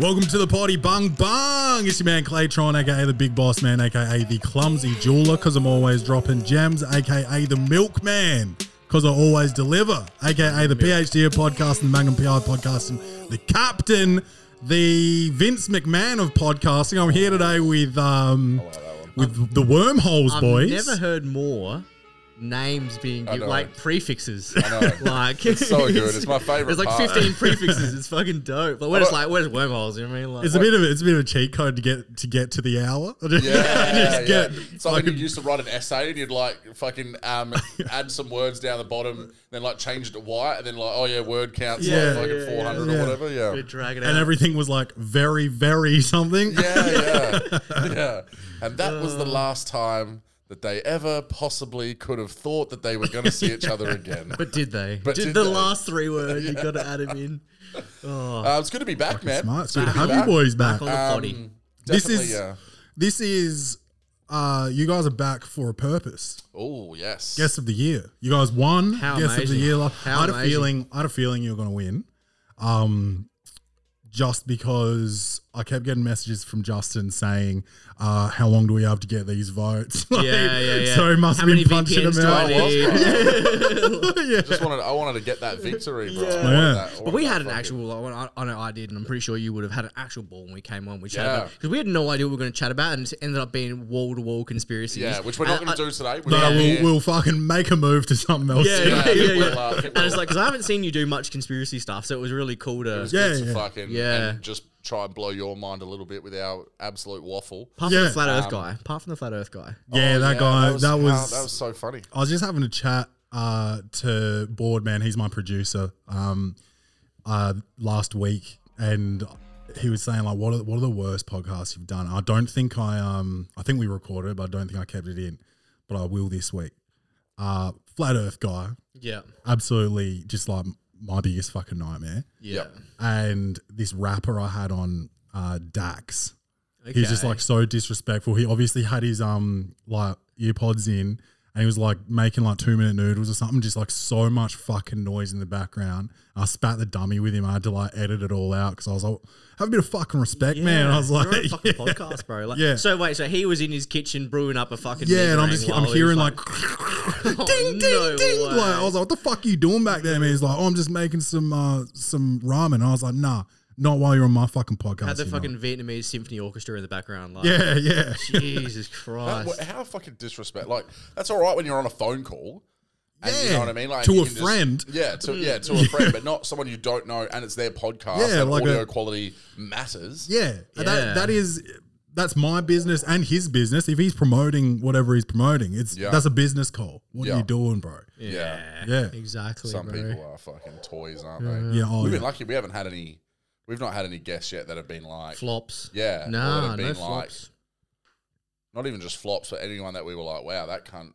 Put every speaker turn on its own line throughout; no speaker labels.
Welcome to the party, bung bung. It's your man Claytron, aka the Big Boss Man, aka the Clumsy Jeweler, because I'm always dropping gems, aka the Milkman, because I always deliver, aka the PhD of podcast and the Mangum PI podcast and the Captain, the Vince McMahon of podcasting. I'm here today with um, with the Wormholes
I've
boys.
never heard more names being
I
given,
know.
like prefixes.
know.
like
It's so good. It's my favorite
There's like
part.
15 prefixes. It's fucking dope. But we're just like, where's wormholes? You know what I mean? Like,
It's a bit of it's a bit of a cheat code to get to get to the hour. I just-
Yeah,
I
yeah,
just
yeah.
get
It's like when
fucking-
you used to write an essay and you'd like fucking um, add some words down the bottom, then like change it to white, and then like, oh yeah, word counts
Yeah.
like fucking
Yeah,
four hundred
yeah.
or whatever.
bit
Yeah,
of drag it out.
and everything was like very very something.
yeah, yeah, yeah. And that was
Uh.
the last time that they ever possibly could have thought that they were going to see each other again.
but did they?
But
did,
did
the
they?
last three words? You got to add them in.
Uh, it's good to be back, man.
Smart. It's good to
Back
have
on
you
the-
boys back.
Back on the body.
This
Definitely, uh,
is-
yeah.
This is uh you guys are back for a purpose.
Oh yes.
Guest of the year. You guys won.
How
Guest of
amazing.
the year. I
How
had a
amazing.
feeling I had a feeling you were gonna win. Um just because I kept getting messages from Justin saying, uh, how long do we have to get these votes? Like,
Yeah, yeah, yeah.
So he must
How
have
many
been punching
VPNs
them
do I
out.
Oh, it was,
need?
bro.
yeah.
Just wanted, I wanted to get that victory, bro. I wanted
Yeah.
that- I
But
wanted
we
that
had an
fucking-
actual, I, I, I know I did, and I'm pretty sure you would have had an actual ball when we came on. We chatted
Yeah.
about because we had no idea what we were going to chat about, and it ended up being wall to wall conspiracies.
Yeah, which we're not
And
going
I-
to do today. We're
No,
not
we'll,
here.
we'll fucking make a move to something else.
Yeah, yeah,
Yeah,
yeah.
people
yeah.
laugh, people
and it's
laugh.
like, because I haven't seen you do much conspiracy stuff, so it was really cool to.
Yeah,
yeah,
yeah.
fucking
Yeah.
and just try and blow your mind a little bit with our absolute waffle.
Apart from
Yeah.
the flat
Um,
Earth guy. Apart from the flat Earth guy.
Yeah,
Oh,
that guy. that
wow,
was,
that was so funny.
I was just having a chat uh, to Boardman. He's my producer. Um, uh, last week, and he was saying like, "What are what are the worst podcasts you've done?" I don't think I um, I think we recorded it, but I don't think I kept it in. But I will this week. Uh, Flat Earth guy,
Yeah.
absolutely, just like my biggest fucking nightmare.
Yeah.
And this rapper I had on uh, Dax.
Okay.
He's just like so disrespectful. He obviously had his um like earpods in and he was like making like two minute noodles or something, just like so much fucking noise in the background. I spat the dummy with him. I had to like edit it all out because I was like, have a bit of fucking respect, man. I was
you're
like,
on a fucking
yeah.
podcast, bro. Like,
Yeah.
So wait, so he was in his kitchen brewing up a fucking.
Yeah, and I'm
meringue
just
while
I'm
he was,
hearing like,
Oh,
ding ding
no
ding.
way.
Like I was like, what the fuck are you doing back there? Man, he's like, oh, I'm just making some uh some ramen. I was like, nah, not while you're on my fucking podcast.
had the
you know.
fucking Vietnamese symphony orchestra in the background. Like,
yeah yeah.
Jesus
How,
Christ.
how fucking disrespect! Like that's all right when you're on a phone call. And You
Yeah,
know what I mean? Like
to
you
a
can just-
friend.
yeah, to yeah, to a friend, but not someone you don't know, and it's their podcast.
Yeah,
and
like
audio
a-
quality matters.
Yeah,
Yeah.
That, that is that's my business and his business. If he's promoting whatever he's promoting, it's
Yeah.
that's a business call. What are
Yeah.
you doing, bro?
Yeah,
Yeah,
Exactly.
some
bro.
people are fucking toys, aren't they?
yeah. Oh,
We've
yeah.
been lucky. We haven't had any. We've not had any guests yet that have been like,
Flops.
yeah, or that have
Nah, no
been like-
flops.
not even just flops, but anyone that we were like, wow, that cunt,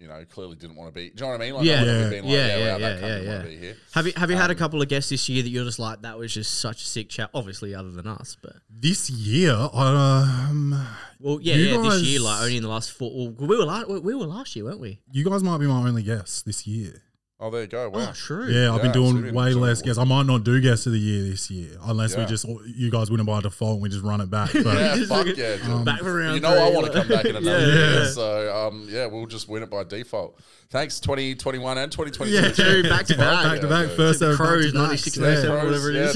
you know, clearly didn't want to be. Do you know what I mean? Like,
Yeah.
that would
Yeah.
have been like,
Yeah,
yeah,
yeah,
wow, that
yeah,
cunt
yeah,
didn't want
yeah.
to be here.
Have you have you had
um,
a couple of guests this year that you're just like that was just such a sick chat? Obviously, other than us, but
This year, um,
well, yeah,
You
yeah. This year,
guys-
like only in the last four, well, we were last, we were last year, weren't we?
you guys might be my only guest this year.
Oh, there you go. Wow.
Oh, true.
Yeah, I've been
Yeah, so
doing
we've been
way
doing
less
more.
guests. I might not do guests of the year this year unless we
Yeah.
just you guys wouldn't by default. and We just run it back. But
yeah,
Just
fuck
look at-
yeah. dude.
Um, Back around.
you know, I
three,
want to
like-
come back in another
Yeah,
year.
yeah.
So, um, yeah, we'll just win it by default. Thanks, 2021 and 2022.
yeah,
Two back to back.
back to back.
Yeah,
First
dude.
ever
Crows,
back to back.
96,
Yeah.
97.
Crows,
Whatever it
yeah,
is.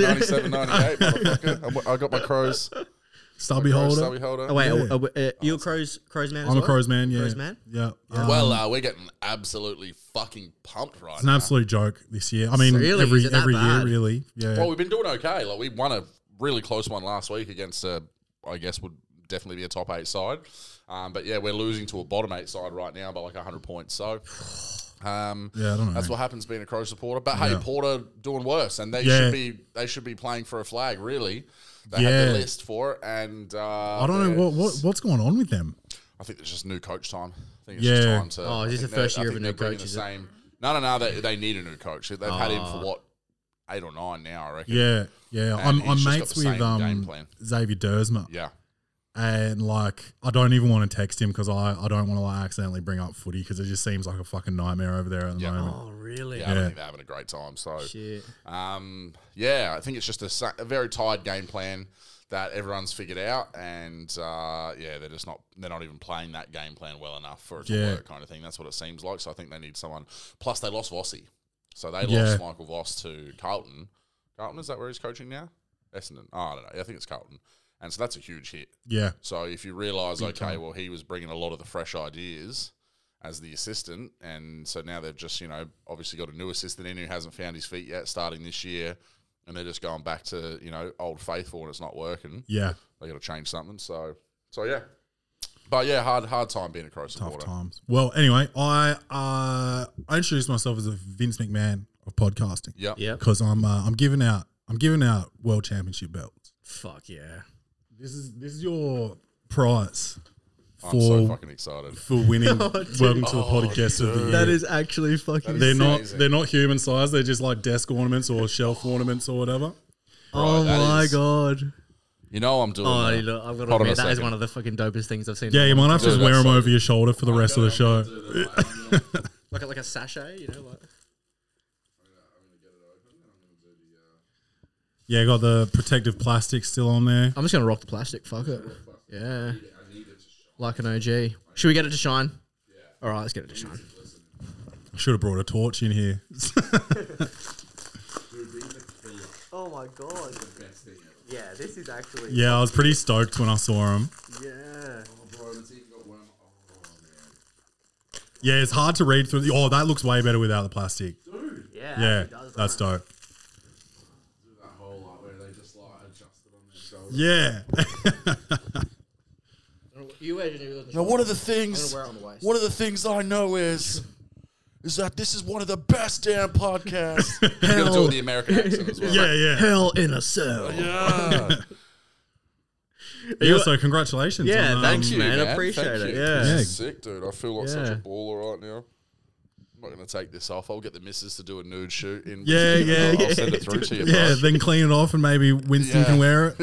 97, 98, motherfucker. I w- I got my crows.
Stubby
Crows,
holder.
stubby holder.
Oh, wait,
Yeah.
are, are, uh, you're a crows crows man. as
I'm a
well?
crows man. Yeah,
Crows man.
yeah. Um,
Well, uh, we're getting absolutely fucking pumped right
it's an
now.
absolute joke this year. I mean,
Really? Is
every
it that
every year,
bad?
really. Yeah.
Well, we've been doing okay. Like we won a really close one last week against, uh, I guess would definitely be a top eight side. Um, but yeah, we're losing to a bottom eight side right now by like hundred points. So. Um,
Yeah, I don't know.
That's what happens being a Crow supporter. But hey, Porter doing worse, and they
Yeah.
should be they should be playing for a flag. Really, they
Yeah.
have the list for it, and uh,
I don't know what, what what's going on with them.
I think it's just new coach time. I think it's
Yeah.
just time to.
Oh, is
I
this
think
the first
they're- I
year of
think
a new
they're bringing
coach,
the
is it?
Same. No, no, no. They, they need a new coach. They've had him
Oh.
for what eight or nine now, I reckon.
Yeah, yeah. I'm,
he's
I'm
just got
mates
the
with
same game
um
plan.
Xavier Dersma,
Yeah.
And like, I don't even want to text him because I, I don't want to like accidentally bring up footy because it just seems like a fucking nightmare over there at the
Yeah.
moment.
Oh, really?
Yeah, I
Yeah.
don't think they're having a great time. So,
Shit.
um, yeah, I think it's just a, sa- a very tired game plan that everyone's figured out, and uh, yeah, they're just not they're not even playing that game plan well enough for it
Yeah.
to work, kind of thing. That's what it seems like. So I think they need someone. Plus, they lost Vossi, so they
Yeah.
lost Michael Voss to Carlton. Carlton is that where he's coaching now? Essendon. Oh, I don't know. I think it's Carlton, and so that's a huge hit.
Yeah.
So if you realise, okay, well, he was bringing a lot of the fresh ideas as the assistant, and so now they've just, you know, obviously got a new assistant in who hasn't found his feet yet, starting this year, and they're just going back to, you know, old faithful, and it's not working.
Yeah.
They got to change something. So, so yeah, but yeah, hard, hard time being across the
Tough
border.
times. Well, anyway, I uh, I introduced myself as a Vince McMahon of podcasting
Yeah,
Yeah.
because I'm uh, I'm giving out I'm giving out world championship belts.
Fuck yeah.
This is this is your prize
I'm
for
so fucking excited.
for winning.
Oh, dude.
Welcome to the podcast of the year.
That is actually fucking.
they're not
amazing.
they're not human size. They're just like desk ornaments or shelf ornaments or whatever.
oh
that
my
is-
god.
You know, I'm doing.
Oh,
that.
you know, I've got to
Hold on a
admit, that is
second.
one of the fucking dopest things I've seen.
Yeah, you might have to just
Dude,
wear
that's
them
so-
over your shoulder for the rest of the show.
Like, a- like a sachet, you know? Like.
Yeah, got the protective plastic still on there.
I'm just going to rock the plastic. Fuck it. Yeah. Like an OG. Should we get it to shine? All right, let's get it to shine.
Should have brought a torch in here.
Oh my god. Yeah, this is actually.
Yeah, I was pretty stoked when I saw them.
Yeah.
Yeah, it's hard to read through. The, oh, that looks way better without the plastic.
Yeah.
Yeah, that's dope. Yeah,
You wear it
Now,
on
one of the things,
I'm gonna wear it on the waist.
one of the things I know is, is that this is one of the best damn podcasts. You're gonna do it with the American accent as well.
yeah, yeah.
Hell in a cell.
Yeah.
Yeah, so congratulations.
Yeah,
on,
thank
um,
you. man. Appreciate it, yeah.
This is
Yeah.
sick, dude. I feel like such
Yeah.
a baller right now. I'm not gonna take this off. I'll get the missus to do a nude shoot. In
Yeah, yeah,
I'll,
yeah.
I'll send it through to you.
Yeah,
Yeah,
then clean it off and maybe Winston
Yeah.
can wear it.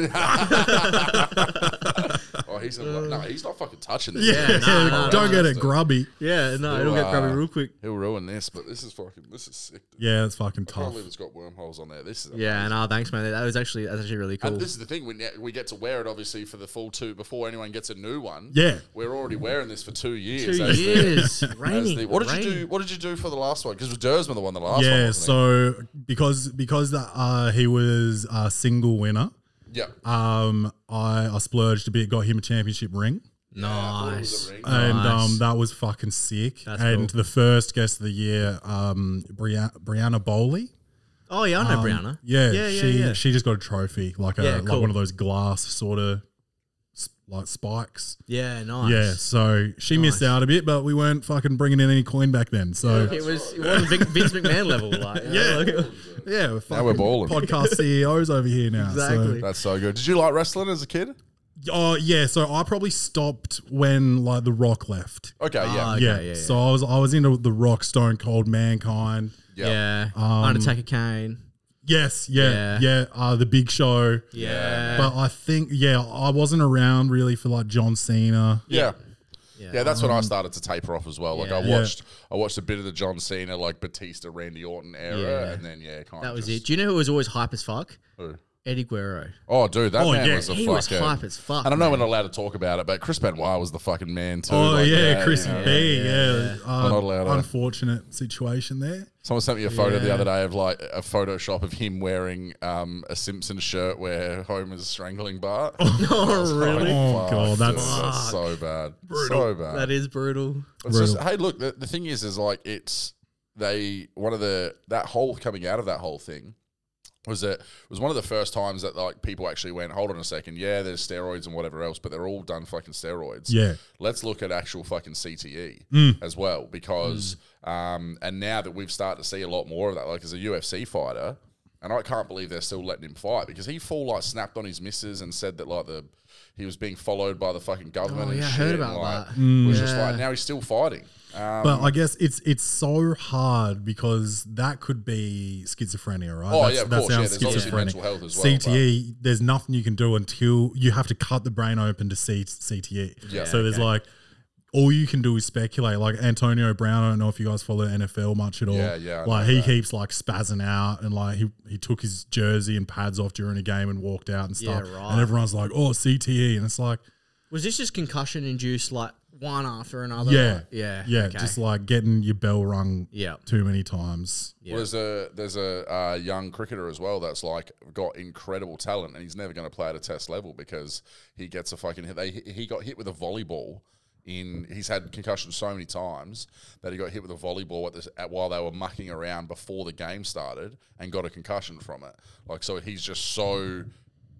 oh, he's gonna be like, no, he's not fucking touching this.
Yeah,
nah,
don't
nah.
get it grubby.
Yeah, no, it'll get
uh,
grubby real quick.
He'll ruin this, but this is fucking. This is sick. Dude.
Yeah, that's fucking
I can't
tough.
believe it's got wormholes on there. This is
Yeah, no, thanks, man. That was actually that's actually really cool.
And this is the thing we ne- we get to wear it obviously for the full two before anyone gets a new one.
Yeah.
we're already wearing this for two years.
Two
as the-
years,
as
raining.
the- what did you
raining.
do? What did you do for the last one? Because Dersma the one the last one.
Yeah,
wasn't
so because because uh, he was a single winner,
he? yeah,
um, I, I splurged a bit, got him a championship ring.
Nice.
Ring.
And
Nice.
um, that was fucking sick.
That's
and
cool.
the first guest of the year, um, Bria- Brianna Bowley.
Oh yeah, I know Brianna.
Yeah,
yeah, yeah,
she
yeah.
she just got a trophy, like a
Yeah,
like
cool.
one of those glass sort of like spikes.
Yeah, nice.
Yeah, so she missed
Nice.
out a bit, but we weren't fucking bringing in any coin back then. So yeah,
It was it wasn't Vin- Vince McMahon level, like you know,
Yeah.
like-
we're fucking
we're balling.
podcast CEOs over here now. so-
exactly.
that's so good. Did you like wrestling as a kid?
Oh yeah, so I probably stopped when like The Rock left.
Okay, yeah,
Ah,
yeah,
okay,
yeah,
yeah,
so I was I was into The Rock, Stone Cold, Mankind.
yeah. Undertaker Kane.
Yes, yeah, yeah,
Yeah.
uh, The Big Show.
Yeah.
But I think yeah, I wasn't around really for like John Cena.
Yeah.
Yeah.
Yeah, that's when I started to taper off as well. Like I
Yeah.
Yeah.
watched, I watched a bit of the John Cena, like Batista, Randy Orton era,
Yeah.
and then yeah, kind
that
of
was it.
just,
Do you know who was always hype as fuck?
Who?
Eddie Guerrero.
Oh, dude, that
Oh,
man
yeah.
was a
He
fucking.
was hype as fuck.
And I know
man.
we're not allowed to talk about it, but Chris Benoit was the fucking man too.
Oh
like,
yeah,
you
Chrissy
know.
B. Yeah, Uh,
Not allowed, eh?
unfortunate situation there.
Someone sent me a photo the
Yeah.
other day of like a Photoshop of him wearing um, a Simpson shirt where Homer's strangling Bart. I was
Oh
like,
really?
Oh,
fuck,
God,
dude,
that's-
so bad, so bad.
That is brutal.
It's just, hey, look, the, the thing is, is like it's they one of the that whole coming out of that whole thing was that it was one of the first times that like people actually went, hold on a second, yeah, there's steroids and whatever else, but they're all done fucking steroids.
Yeah.
let's look at actual fucking CTE
Mm.
as well because um, and now that we've started to see a lot more of that, like as a UFC fighter. And I can't believe they're still letting him fight because he full like snapped on his missus and said that like the he was being followed by the fucking government
Oh,
and
yeah, I
shit.
heard
and,
about
like,
that. Mm.
was just
Yeah.
like now he's still fighting. Um,
but I guess it's it's so hard because that could be schizophrenia, right?
Oh,
That's-
yeah, of
that
course, yeah,
sounds
there's obviously
schizophrenic.
mental health as well,
CTE, there's nothing you can do until you have to cut the brain open to see CTE.
Yeah.
so there's like all you can do is speculate. Like Antonio Brown, I don't know if you guys follow NFL much at all.
Yeah, yeah, I
Like
know
he
that.
keeps like spazzing out and like he, he took his jersey and pads off during a game and walked out and
Yeah,
stuff.
right.
And everyone's like, oh, CTE. And it's like,
Was this just concussion induced, like one after another?
yeah,
Like, yeah,
yeah.
okay.
Just like getting your bell rung
yeah.
too many times.
Well, there's a there's a uh, young cricketer as well that's like got incredible talent, and he's never going to play at a test level because he gets a fucking hit. They, he got hit with a volleyball. In he's had concussion so many times that he got hit with a volleyball at this at, while they were mucking around before the game started and got a concussion from it. Like so, he's just so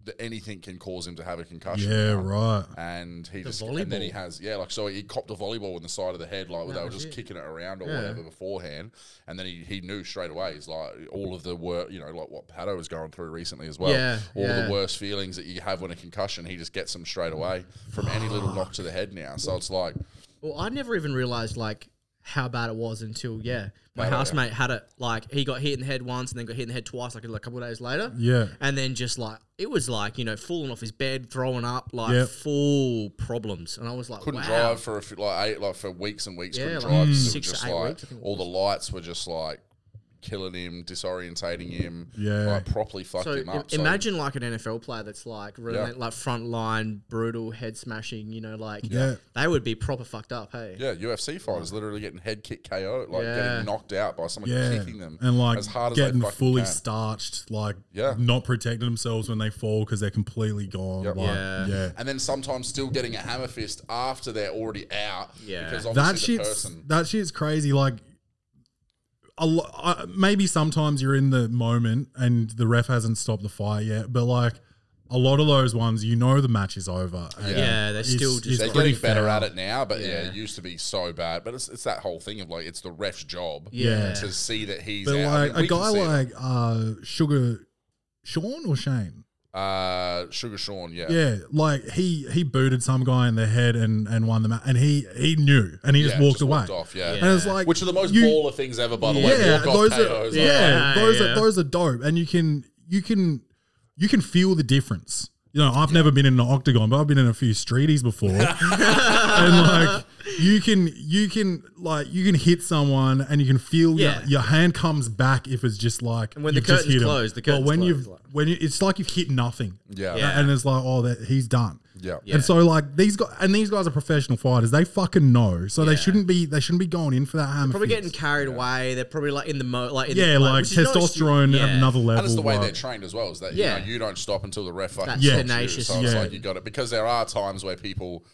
that anything can cause him to have a concussion.
Yeah,
now.
right.
And he just and then he
volleyball.
has yeah like so he copped a volleyball in the side of the head like they were just kicking it around or whatever beforehand and then he, he knew straight away he's like all of the work you know like what Pato was going through recently as well
Yeah,
all
yeah.
the worst feelings that you have when a concussion he just gets them straight away from any little knock to the head now so it's like
Well, I never even realized like how bad it was until yeah, my
Bad, yeah.
housemate had it. Like he got hit in the head once, and then got hit in the head twice, like a couple of days later.
Yeah.
and then just like it was like you know falling off his bed, throwing up, like
Yep.
full problems. And I was like,
couldn't
wow.
drive for a few, like eight like for weeks and weeks
Yeah,
couldn't
like
drive 'cause it was
six to
just
eight
like
weeks, I think it
all the lights were just like killing him disorientating him
Yeah.
like properly fucked
So im-
him up So-
imagine like an NFL player that's like relent- like frontline, brutal, head smashing. You know, like
Yeah.
they would be proper fucked up. Hey,
Yeah, UFC fighters literally getting head kick KO, like
Yeah.
getting knocked out by someone
Yeah,
kicking them
and like
as hard as
getting
they fucking
fully
can.
starched, like
Yeah.
not protecting themselves when they fall because they're completely gone.
Yep.
Like,
Yeah.
yeah.
and then sometimes still getting a hammer fist after they're already out.
Yeah.
because obviously
that
the
shit's
person.
that shit's crazy. Like, a lo- I, maybe sometimes you're in the moment and the ref hasn't stopped the fight yet, but like a lot of those ones, you know, the match is over. and
Yeah, they're
it's-
still
it's
just
They're
like-
pretty
getting better
foul.
at it now, but yeah.
Yeah.
it used to be so bad. But it's, it's that whole thing of like it's the ref's job
Yeah.
to see that he's
But
out. I
like
mean,
a
we can
guy
see it.
like uh, Sugar Sean or Shane.
uh, Sugar Sean, yeah,
Yeah, like he he booted some guy in the head and and won the match, and he he knew, and he just
Yeah,
walked away.
walked off, yeah.
And it's like
Which are the most
you-
baller things ever, by the
Yeah,
way. Walk
those
off
are yeah,
KOs. like,
Yeah,
those
yeah.
are those are dope, and you can you can you can feel the difference. You know, I've never been in an octagon, but I've been in a few streeties before, and like you can you can like you can hit someone, and you can feel
Yeah.
your, your hand comes back if it's just like
And when the
you've just
curtain's
hit 'em.
closed, the
But
curtain's
when
closed,
you've
like-
when you, it's like you've hit nothing,
Yeah.
Yeah.
and it's like oh that he's done,
yeah,
and so like these guys and these guys are professional fighters. They fucking know. So they shouldn't be they shouldn't be going in for that hammer.
probably
fist.
getting carried away. They're probably like in the mo, like in
yeah,
the,
like
which is no excuse-
testosterone
yeah.
at another level.
And it's the way
like-
they're trained as well. Is that
Yeah.
you, know, you don't stop until the ref fucking
That's
Yeah.
stops you.
tenacious.
So it's
Yeah.
like you got it because there are times where people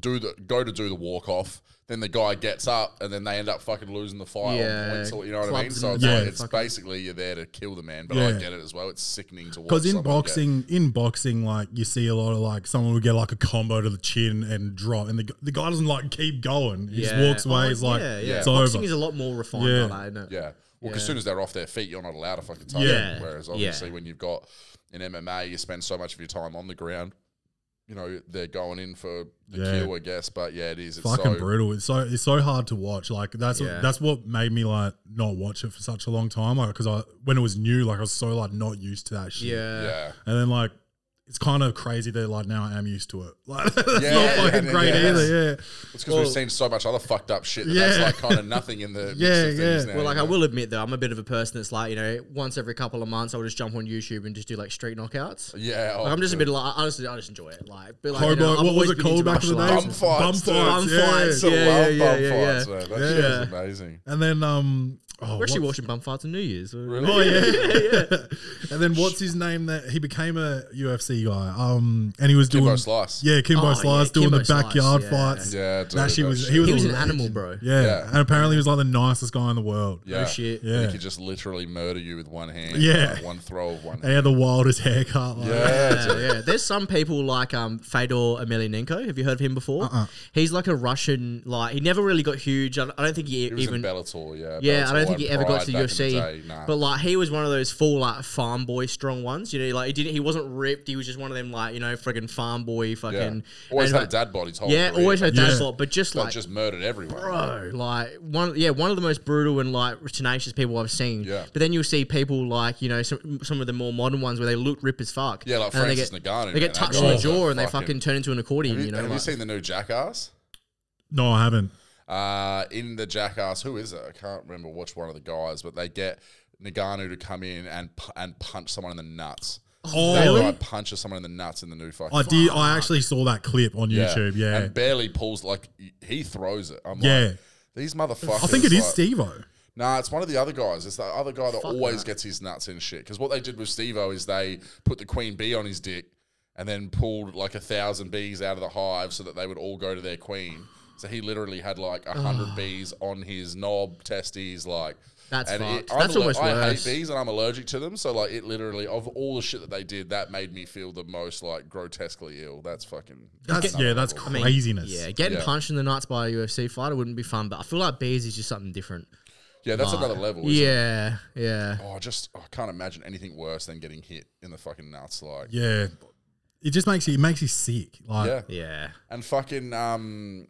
do the go to do the walk off, then the guy gets up, and then they end up fucking losing the fight.
Yeah.
Yeah. Points, or- you know what I mean?
Clubs
So
and
it's,
Yeah.
like, it's
fucking-
basically you're there to kill the man, but I
Yeah.
get it as well. It's sickening to watch.
because in
someone get-
boxing, in boxing, like you see a lot of like someone will get like a combo to the chin and drop, and the, gu- the guy doesn't like keep going. He
Yeah.
just walks away.
Oh,
He's like,
yeah, yeah.
it's
boxing
over.
is a lot more refined,
Yeah.
nowadays, isn't it?
Yeah. Well, 'cause as
Yeah.
soon as they're off their feet, you're not allowed to fucking touch
Yeah.
them. Whereas
Yeah.
obviously, when you've got in MMA, you spend so much of your time on the ground. You know they're going in for the
Yeah.
kill, I guess. But yeah, it is. It's
fucking
so,
brutal. It's so it's so hard to watch. Like that's
Yeah.
what, that's what made me like not watch it for such a long time. Like because I when it was new, like I was so like not used to that shit.
Yeah.
Yeah.
and then like. It's kind of crazy that like now I am used to it. Like that's
Yeah,
not fucking
yeah,
great
yeah.
either. Yeah,
It's because we've seen so much other fucked up shit that that's
Yeah.
like kind of nothing in the
Yeah,
mix of
yeah.
things now.
Well, like
you
I
know?
will admit though, I'm a bit of a person that's like, you know, once every couple of months, I'll just jump on YouTube and just do like street knockouts.
Yeah, oh,
Like, I'm just a bit like, I honestly, I just enjoy it. Like, but like, you know,
Hobart,
I've
what was
always
it
been
called
into
back in the
martial
day?
arts.
Bum fights, dude.
Bum
Bum fights.
fights.
Still
Yeah,
love
yeah,
bum
yeah,
fights,
yeah.
man. That shit
Yeah.
is amazing.
And then um, oh,
We're actually
what's-
watching bum fights on New Year's.
Oh yeah, And then what's his name? That he became a UFC guy. Um, and he was doing
Kimbo Slice.
Yeah, Kimbo
Oh,
Slice
yeah,
doing
Kimbo
the
Slice,
backyard
yeah.
fights.
Yeah, dude,
that shit
that
was.
shit.
He was,
He was
a
an
legend.
animal, bro.
Yeah.
Yeah.
and apparently he was like the nicest guy in the world.
Yeah.
No shit.
Yeah.
You could just literally murder you with one hand.
Yeah.
like, one throw of one
And
hand.
he had the wildest haircut. Like,
Yeah.
Yeah, Oh, yeah. There's some people like um, Fedor Emelianenko. Have you heard of him before?
Uh-uh.
He's like a Russian. Like he never really got huge. I I don't think he,
He was
even
in Bellator, yeah.
Yeah, I
Bellator
don't think
and
he ever got
Pride
to
back in the
UFC.
day, nah.
But like he was one of those full like farm boy strong ones. You know, like he didn't he wasn't ripped, he was was just one of them, like you know, friggin' farm boy, fucking.
Yeah. Always
and,
had dad bod his whole
yeah,
career,
always
but
had that
Yeah.
slot, but just
just-
like,
just murdered everyone.
bro, like one, yeah, one of the most brutal and like tenacious people I've seen.
Yeah.
But then you'll see people like you know some, some of the more modern ones where they look rip as fuck.
Yeah, like
and
Francis
they get,
Ngannou,
They get
man, that
touched on the
guy's a
jaw and they
fucking-
fucking turn into an accordion.
Have you,
you know,
have you
like-
seen the new Jackass?
No, I haven't.
Uh, in the Jackass, who is it? I can't remember which one of the guys, but they get Nagano to come in and pu- and punch someone in the nuts.
Oh,
That guy
I,
punches someone in the nuts in the new fucking.
did. I actually saw that clip on
Yeah.
YouTube. Yeah,
and barely pulls like he throws it. I'm
yeah.
like, these motherfuckers.
I think it is
like-
Stevo.
Nah, it's one of the other guys. It's the other guy that
Fuck
always
that.
gets his nuts in shit. Because what they did with Steve-O is they put the queen bee on his dick and then pulled like a thousand bees out of the hive so that they would all go to their queen. So he literally had like a hundred bees on his knob, testes, like.
That's fucked.
I'm
That's almost
I
worse.
hate bees and I'm allergic to them. So like, it literally of all the shit that they did, that made me feel the most like grotesquely ill. That's fucking.
That's yeah, that's
I mean,
craziness.
Yeah, getting
Yeah.
punched in the nuts by a UFC fighter wouldn't be fun, but I feel like bees is just something different.
Yeah, that's another level. Isn't It?
Yeah, yeah.
Oh, I just I can't imagine anything worse than getting hit in the fucking nuts. Like,
yeah. It just makes you. It makes you sick. Like
yeah.
Yeah.
And fucking um,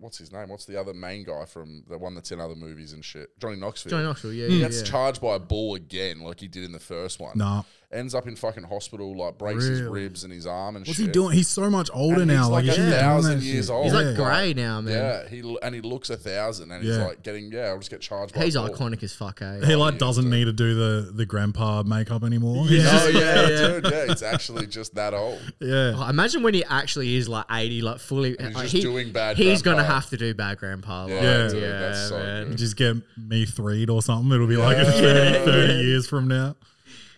what's his name? What's the other main guy from the one that's in other movies and shit? Johnny Knoxville.
Johnny Knoxville, yeah,
Hmm.
He
yeah.
gets
yeah.
charged by a bull again, like he did in the first one.
Nah.
Ends up in fucking hospital, like breaks his
Really?
ribs and his arm and
What's
shit.
he doing? He's so much older
And he's
now.
like
Like, he
a
shouldn't be doing
thousand
that
years
shit.
old.
He's
Yeah.
like grey now, man.
Yeah, he l- and he looks a thousand, and he's
Yeah.
like getting yeah. I'll just get charged.
He's
by a bull.
iconic as fuck, eh?
He like doesn't need to do the the grandpa makeup anymore. He's
Yeah.
just-
Oh yeah,
Yeah,
dude. Yeah, it's actually just that old.
yeah.
Oh, Imagine when he actually is like 80, like fully.
He's
like,
just
he,
doing bad
He's going to
grandpa.
have to do bad grandpa. Like,
Yeah,
Yeah.
dude,
yeah,
that's so
man.
good.
Just get me threed or something. It'll be like 30, 30 years from now.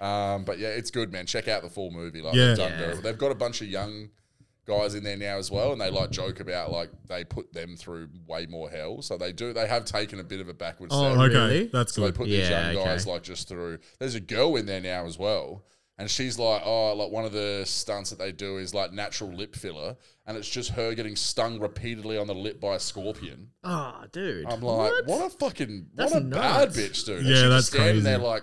Um, but yeah, it's good, man. Check out the full movie. Like
Yeah.
they've done
Yeah.
good. They've got a bunch of young guys in there now as well, and they like joke about like they put them through way more hell. So they do. They have taken a bit of a backwards
Oh,
step.
Okay,
Really?
that's
So they
good.
put these
Yeah,
young
okay.
guys like just through. There's a girl in there now as well. And she's like, oh, like one of the stunts that they do is like natural lip filler, and it's just her getting stung repeatedly on the lip by a scorpion.
Oh, dude.
I'm like, what, a fucking
That's
what a
nuts.
bad bitch, dude. And
Yeah,
she's
that's
just standing
crazy.
there like,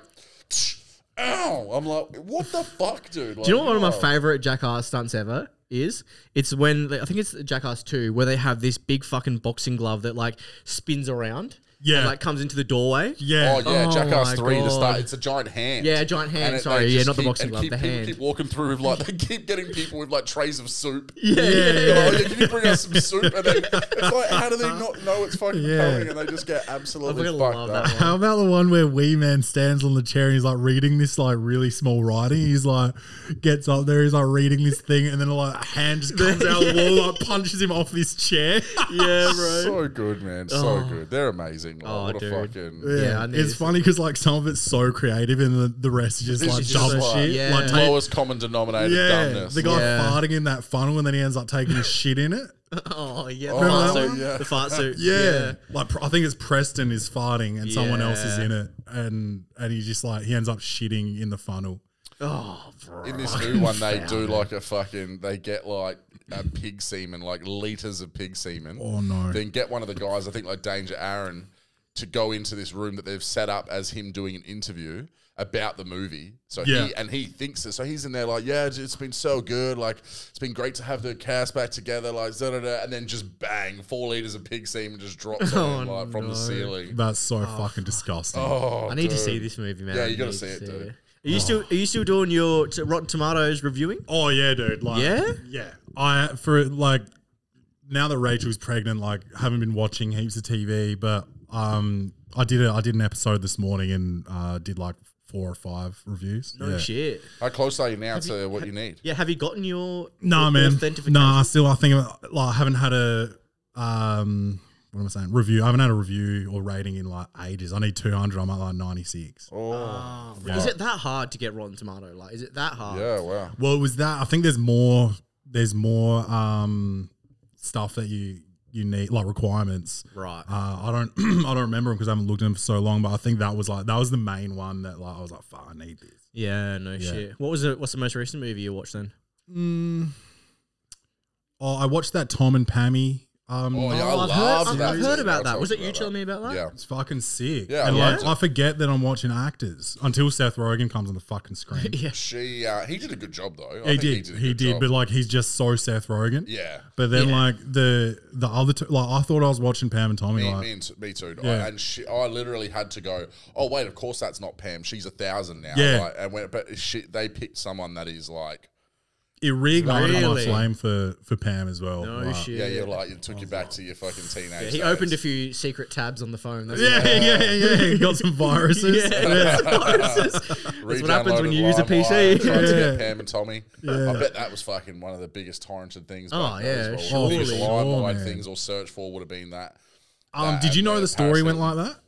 ow. I'm like, what the fuck, dude? Like,
Do you know what one of my
oh.
favorite Jackass stunts ever is? It's when I think it's Jackass Two where they have this big fucking boxing glove that like spins around.
Yeah.
and, like comes into the doorway.
Yeah.
Oh yeah,
Oh
Jackass
my
three. The start.
God.
It's a giant hand.
Yeah, giant hand,
it- they
sorry,
just
yeah, not the
keep-
boxing
and
glove,
Keep,
the
people
hand.
Keep walking through with like they keep getting people with like trays of soup.
Yeah, yeah,
Oh yeah, can you bring us some soup? And then it's like, how do they not know it's fucking
Yeah.
coming? And they just get
I
absolutely
fucking
fucked
love
up.
that one.
How about the one where Wee Man stands on the chair and he's like reading this like really small writing? He's like gets up there, he's like reading this thing, and then like a hand just comes out of the wall, like punches him off this chair.
yeah, bro.
So good, man. So good. They're amazing. Like,
Oh,
what a
dude.
fucking.
Yeah, I knew
it's
this.
funny because like some of it's so creative and the, the rest is just
This
like
is
dumb
just like-
shit.
Yeah.
Like, take-
Lowest common denominator
yeah,
dumbness.
the guy
Yeah.
farting in that funnel and then he ends up taking his shit in it.
Oh yeah, the
Oh,
fart
that
suit.
one? Yeah.
The fart suit.
Yeah. Like pr- I think it's Preston is farting and someone else is
Yeah.
in it and and he just like he ends up shitting in the funnel.
Oh, bro.
In this new one, they do like a fucking. They get like a pig semen, like liters of pig semen.
Oh no.
Then get one of the guys, I think like Danger Aaron, to go into this room that they've set up as him doing an interview about the movie. So
Yeah.
he and he thinks it. So he's in there like, yeah, it's- it's been so good. Like it's been great to have the cast back together. Like da da da, and then just bang, four liters of pig semen just drops on him,
Oh,
like from
no.
the ceiling.
That's so fucking disgusting.
Oh,
I need to
dude.
see this movie, man.
Yeah, you
I
gotta
need
see it, dude.
Are you still Are you still doing your t- Rotten Tomatoes reviewing?
Oh yeah, dude. Like
Yeah?
yeah. I for like now that Rachel's pregnant, like haven't been watching heaps of TV, but um, I did a I did an episode this morning and uh, did like four or five reviews.
No
yeah.
shit.
How close are you now to what you need?
Yeah, have you gotten your
Nah,
your
man.
authentication?
Nah, I still I think I'm- like I haven't had a um, what am I saying? Review. I haven't had a review or rating in like ages. I need two hundred. I'm at like ninety six.
Oh,
Is it that hard to get Rotten Tomato? Like, is it that hard?
yeah, wow.
Well, it was that. I think there's more. There's more um, stuff that you you need like requirements.
Right.
Uh, I don't I don't remember because I haven't looked at them for so long, but I think that was like that was the main one that like I was like, fuck, I need this.
Yeah, no shit. What was the What's the most Mm. recent movie you watched then?
Oh, I watched that Tom and Pammy Um,
Oh, yeah, I
Oh, I've
love
heard,
that.
I've heard
Yeah,
about
I've
that.
talked
Was it you
about
telling me about that?
Yeah.
It's fucking sick.
Yeah, I
and like,
liked it.
I forget that I'm watching actors until Seth Rogen comes on the fucking screen.
Yeah.
She, uh, he did a good job though. I
he
think
did,
a
he
good
did,
job.
but like he's just so Seth Rogen.
yeah.
But then
Yeah.
like the the other two, like I thought I was watching Pam and Tommy.
Me,
like,
me, and t- me too.
Yeah.
I, and she, I literally had to go. Oh wait, of course that's not Pam. She's a thousand now.
Yeah.
Like, and when, but she, they picked someone that is like,
it reignited my
Really?
flame for for Pam as well.
No
like-
shit.
yeah, you're like, it
Oh,
took you back to your fucking teenage.
Yeah, he
days.
opened a few secret tabs on the phone. That's
Yeah, yeah, yeah, yeah. Got some viruses. Um,
Yeah,
Yeah.
That's what happens when
Redownloaded
you use a
LimeWire,
PC.
tried to
Yeah.
get Pam and Tommy. I bet that was fucking one of the biggest torrented things.
Oh,
back then
yeah,
as well. One of the biggest
surely.
LimeWire
Sure, man.
things or search for would have been that.
Um,
That
did you
and
know
the
the story went like
paracetamol.
that?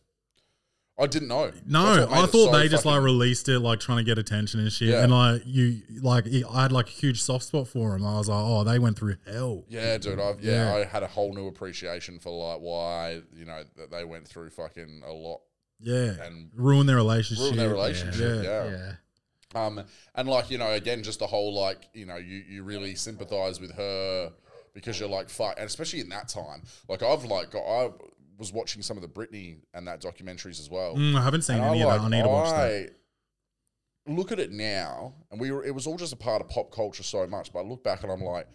I didn't know.
No,
That's what made
I
it
thought
so
they just like
fucking-
released it, like trying to get attention and shit.
Yeah.
And like you, like it- I had like a huge soft spot for them. I was like, oh, they went through hell.
Yeah, dude. I've, yeah,
Yeah.
I had a whole new appreciation for like why you know that they went through fucking a lot
Yeah,
and
ruin their relationship.
ruined their relationship.
Yeah.
yeah.
yeah.
Um, and like you know, again, just the whole like you know, you you really sympathise with her because you're like fuck, and especially in that time, like I've like got, I was watching some of the Britney and that documentaries as well.
Mm, I haven't seen
And
any
I,
of that. I need to watch that.
I Look at it now, and we were, it was all just a part of pop culture so much. But I look back and I'm like,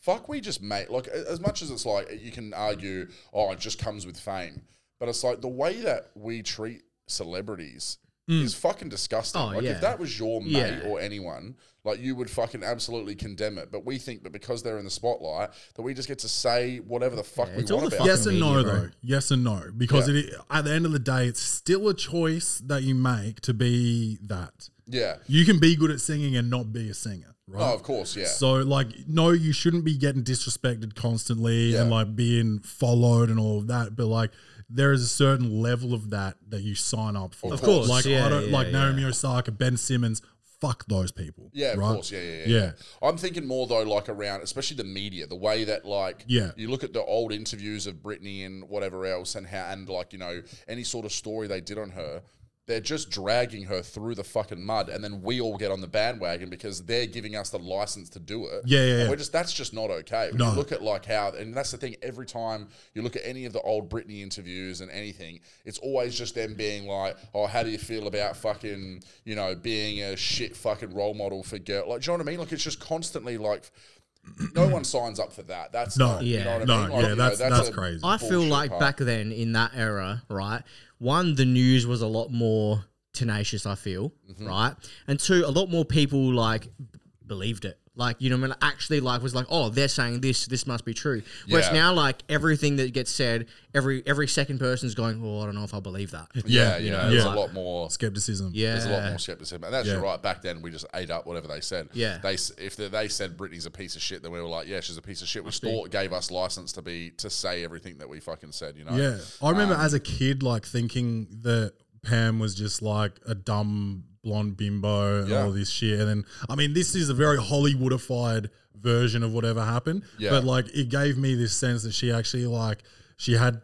fuck, we just made like a- as much as it's like you can argue, oh, it just comes with fame, but it's like the way that we treat celebrities. Is fucking disgusting.
Hmm. Oh,
like
yeah.
if that was your mate
Yeah.
or anyone, like you would fucking absolutely condemn it. But we think that because they're in the spotlight, that we just get to say whatever the fuck we
it's all
want
the
about.
fucking-
them.
Yes and
media,
no,
bro.
though. Yes and no, because
Yeah.
it, at the end of the day, it's still a choice that you make to be that.
Yeah.
You can be good at singing and not be a singer, right?
Oh, of course. Yeah.
So like, no, you shouldn't be getting disrespected constantly and
Yeah.
like being followed and all of that. But like, there is a certain level of that that you sign up for.
Of course,
like I
yeah,
don't
yeah,
like
yeah.
Naomi Osaka, Ben Simmons. Fuck those people.
Yeah, of
right?
course. Yeah, yeah, yeah,
Yeah.
yeah. I'm thinking more though, like around, especially the media, the way that like,
Yeah.
you look at the old interviews of Britney and whatever else, and how and like you know any sort of story they did on her, they're just dragging her through the fucking mud, and then we all get on the bandwagon because they're giving us the license to do it.
Yeah, yeah,
And
yeah.
We're just that's just not okay. When
No.
you look at like how, and that's the thing. Every time you look at any of the old Britney interviews and anything, it's always just them being like, "Oh, how do you feel about fucking, you know, being a shit fucking role model for girl?" Like, do you know what I mean? Like, it's just constantly like, no one signs up for that. That's
No.
not, you
Yeah.
know what
No,
I mean? Like,
yeah,
you know,
that's- that's
a
crazy.
I feel
bullshit
like
part.
back then in that era, right? One, the news was a lot more tenacious, I feel,
Mm-hmm.
right? And two, a lot more people like b- believed it. Like, you know what I mean? Actually, like, was like, oh, they're saying this, this must be true. Whereas
Yeah.
now, like, everything that gets said, every every second person's going, oh, I don't know if I believe that.
Yeah,
Yeah,
you know,
yeah.
there's
Yeah.
a lot more.
Skepticism.
Yeah.
There's a lot more skepticism, and that's
Yeah.
right. Back then, we just ate up whatever they said.
Yeah.
they s- if they, they said Britney's a piece of shit, then we were like, yeah, she's a piece of shit, which thought gave us license to be to say everything that we fucking said. You know,
Yeah. I
Um,
remember as a kid, like thinking that Pam was just like a dumb blonde bimbo and
Yeah.
all this shit. And then, I mean, this is a very Hollywoodified version of whatever happened.
Yeah.
But like, it gave me this sense that she actually, like, she had.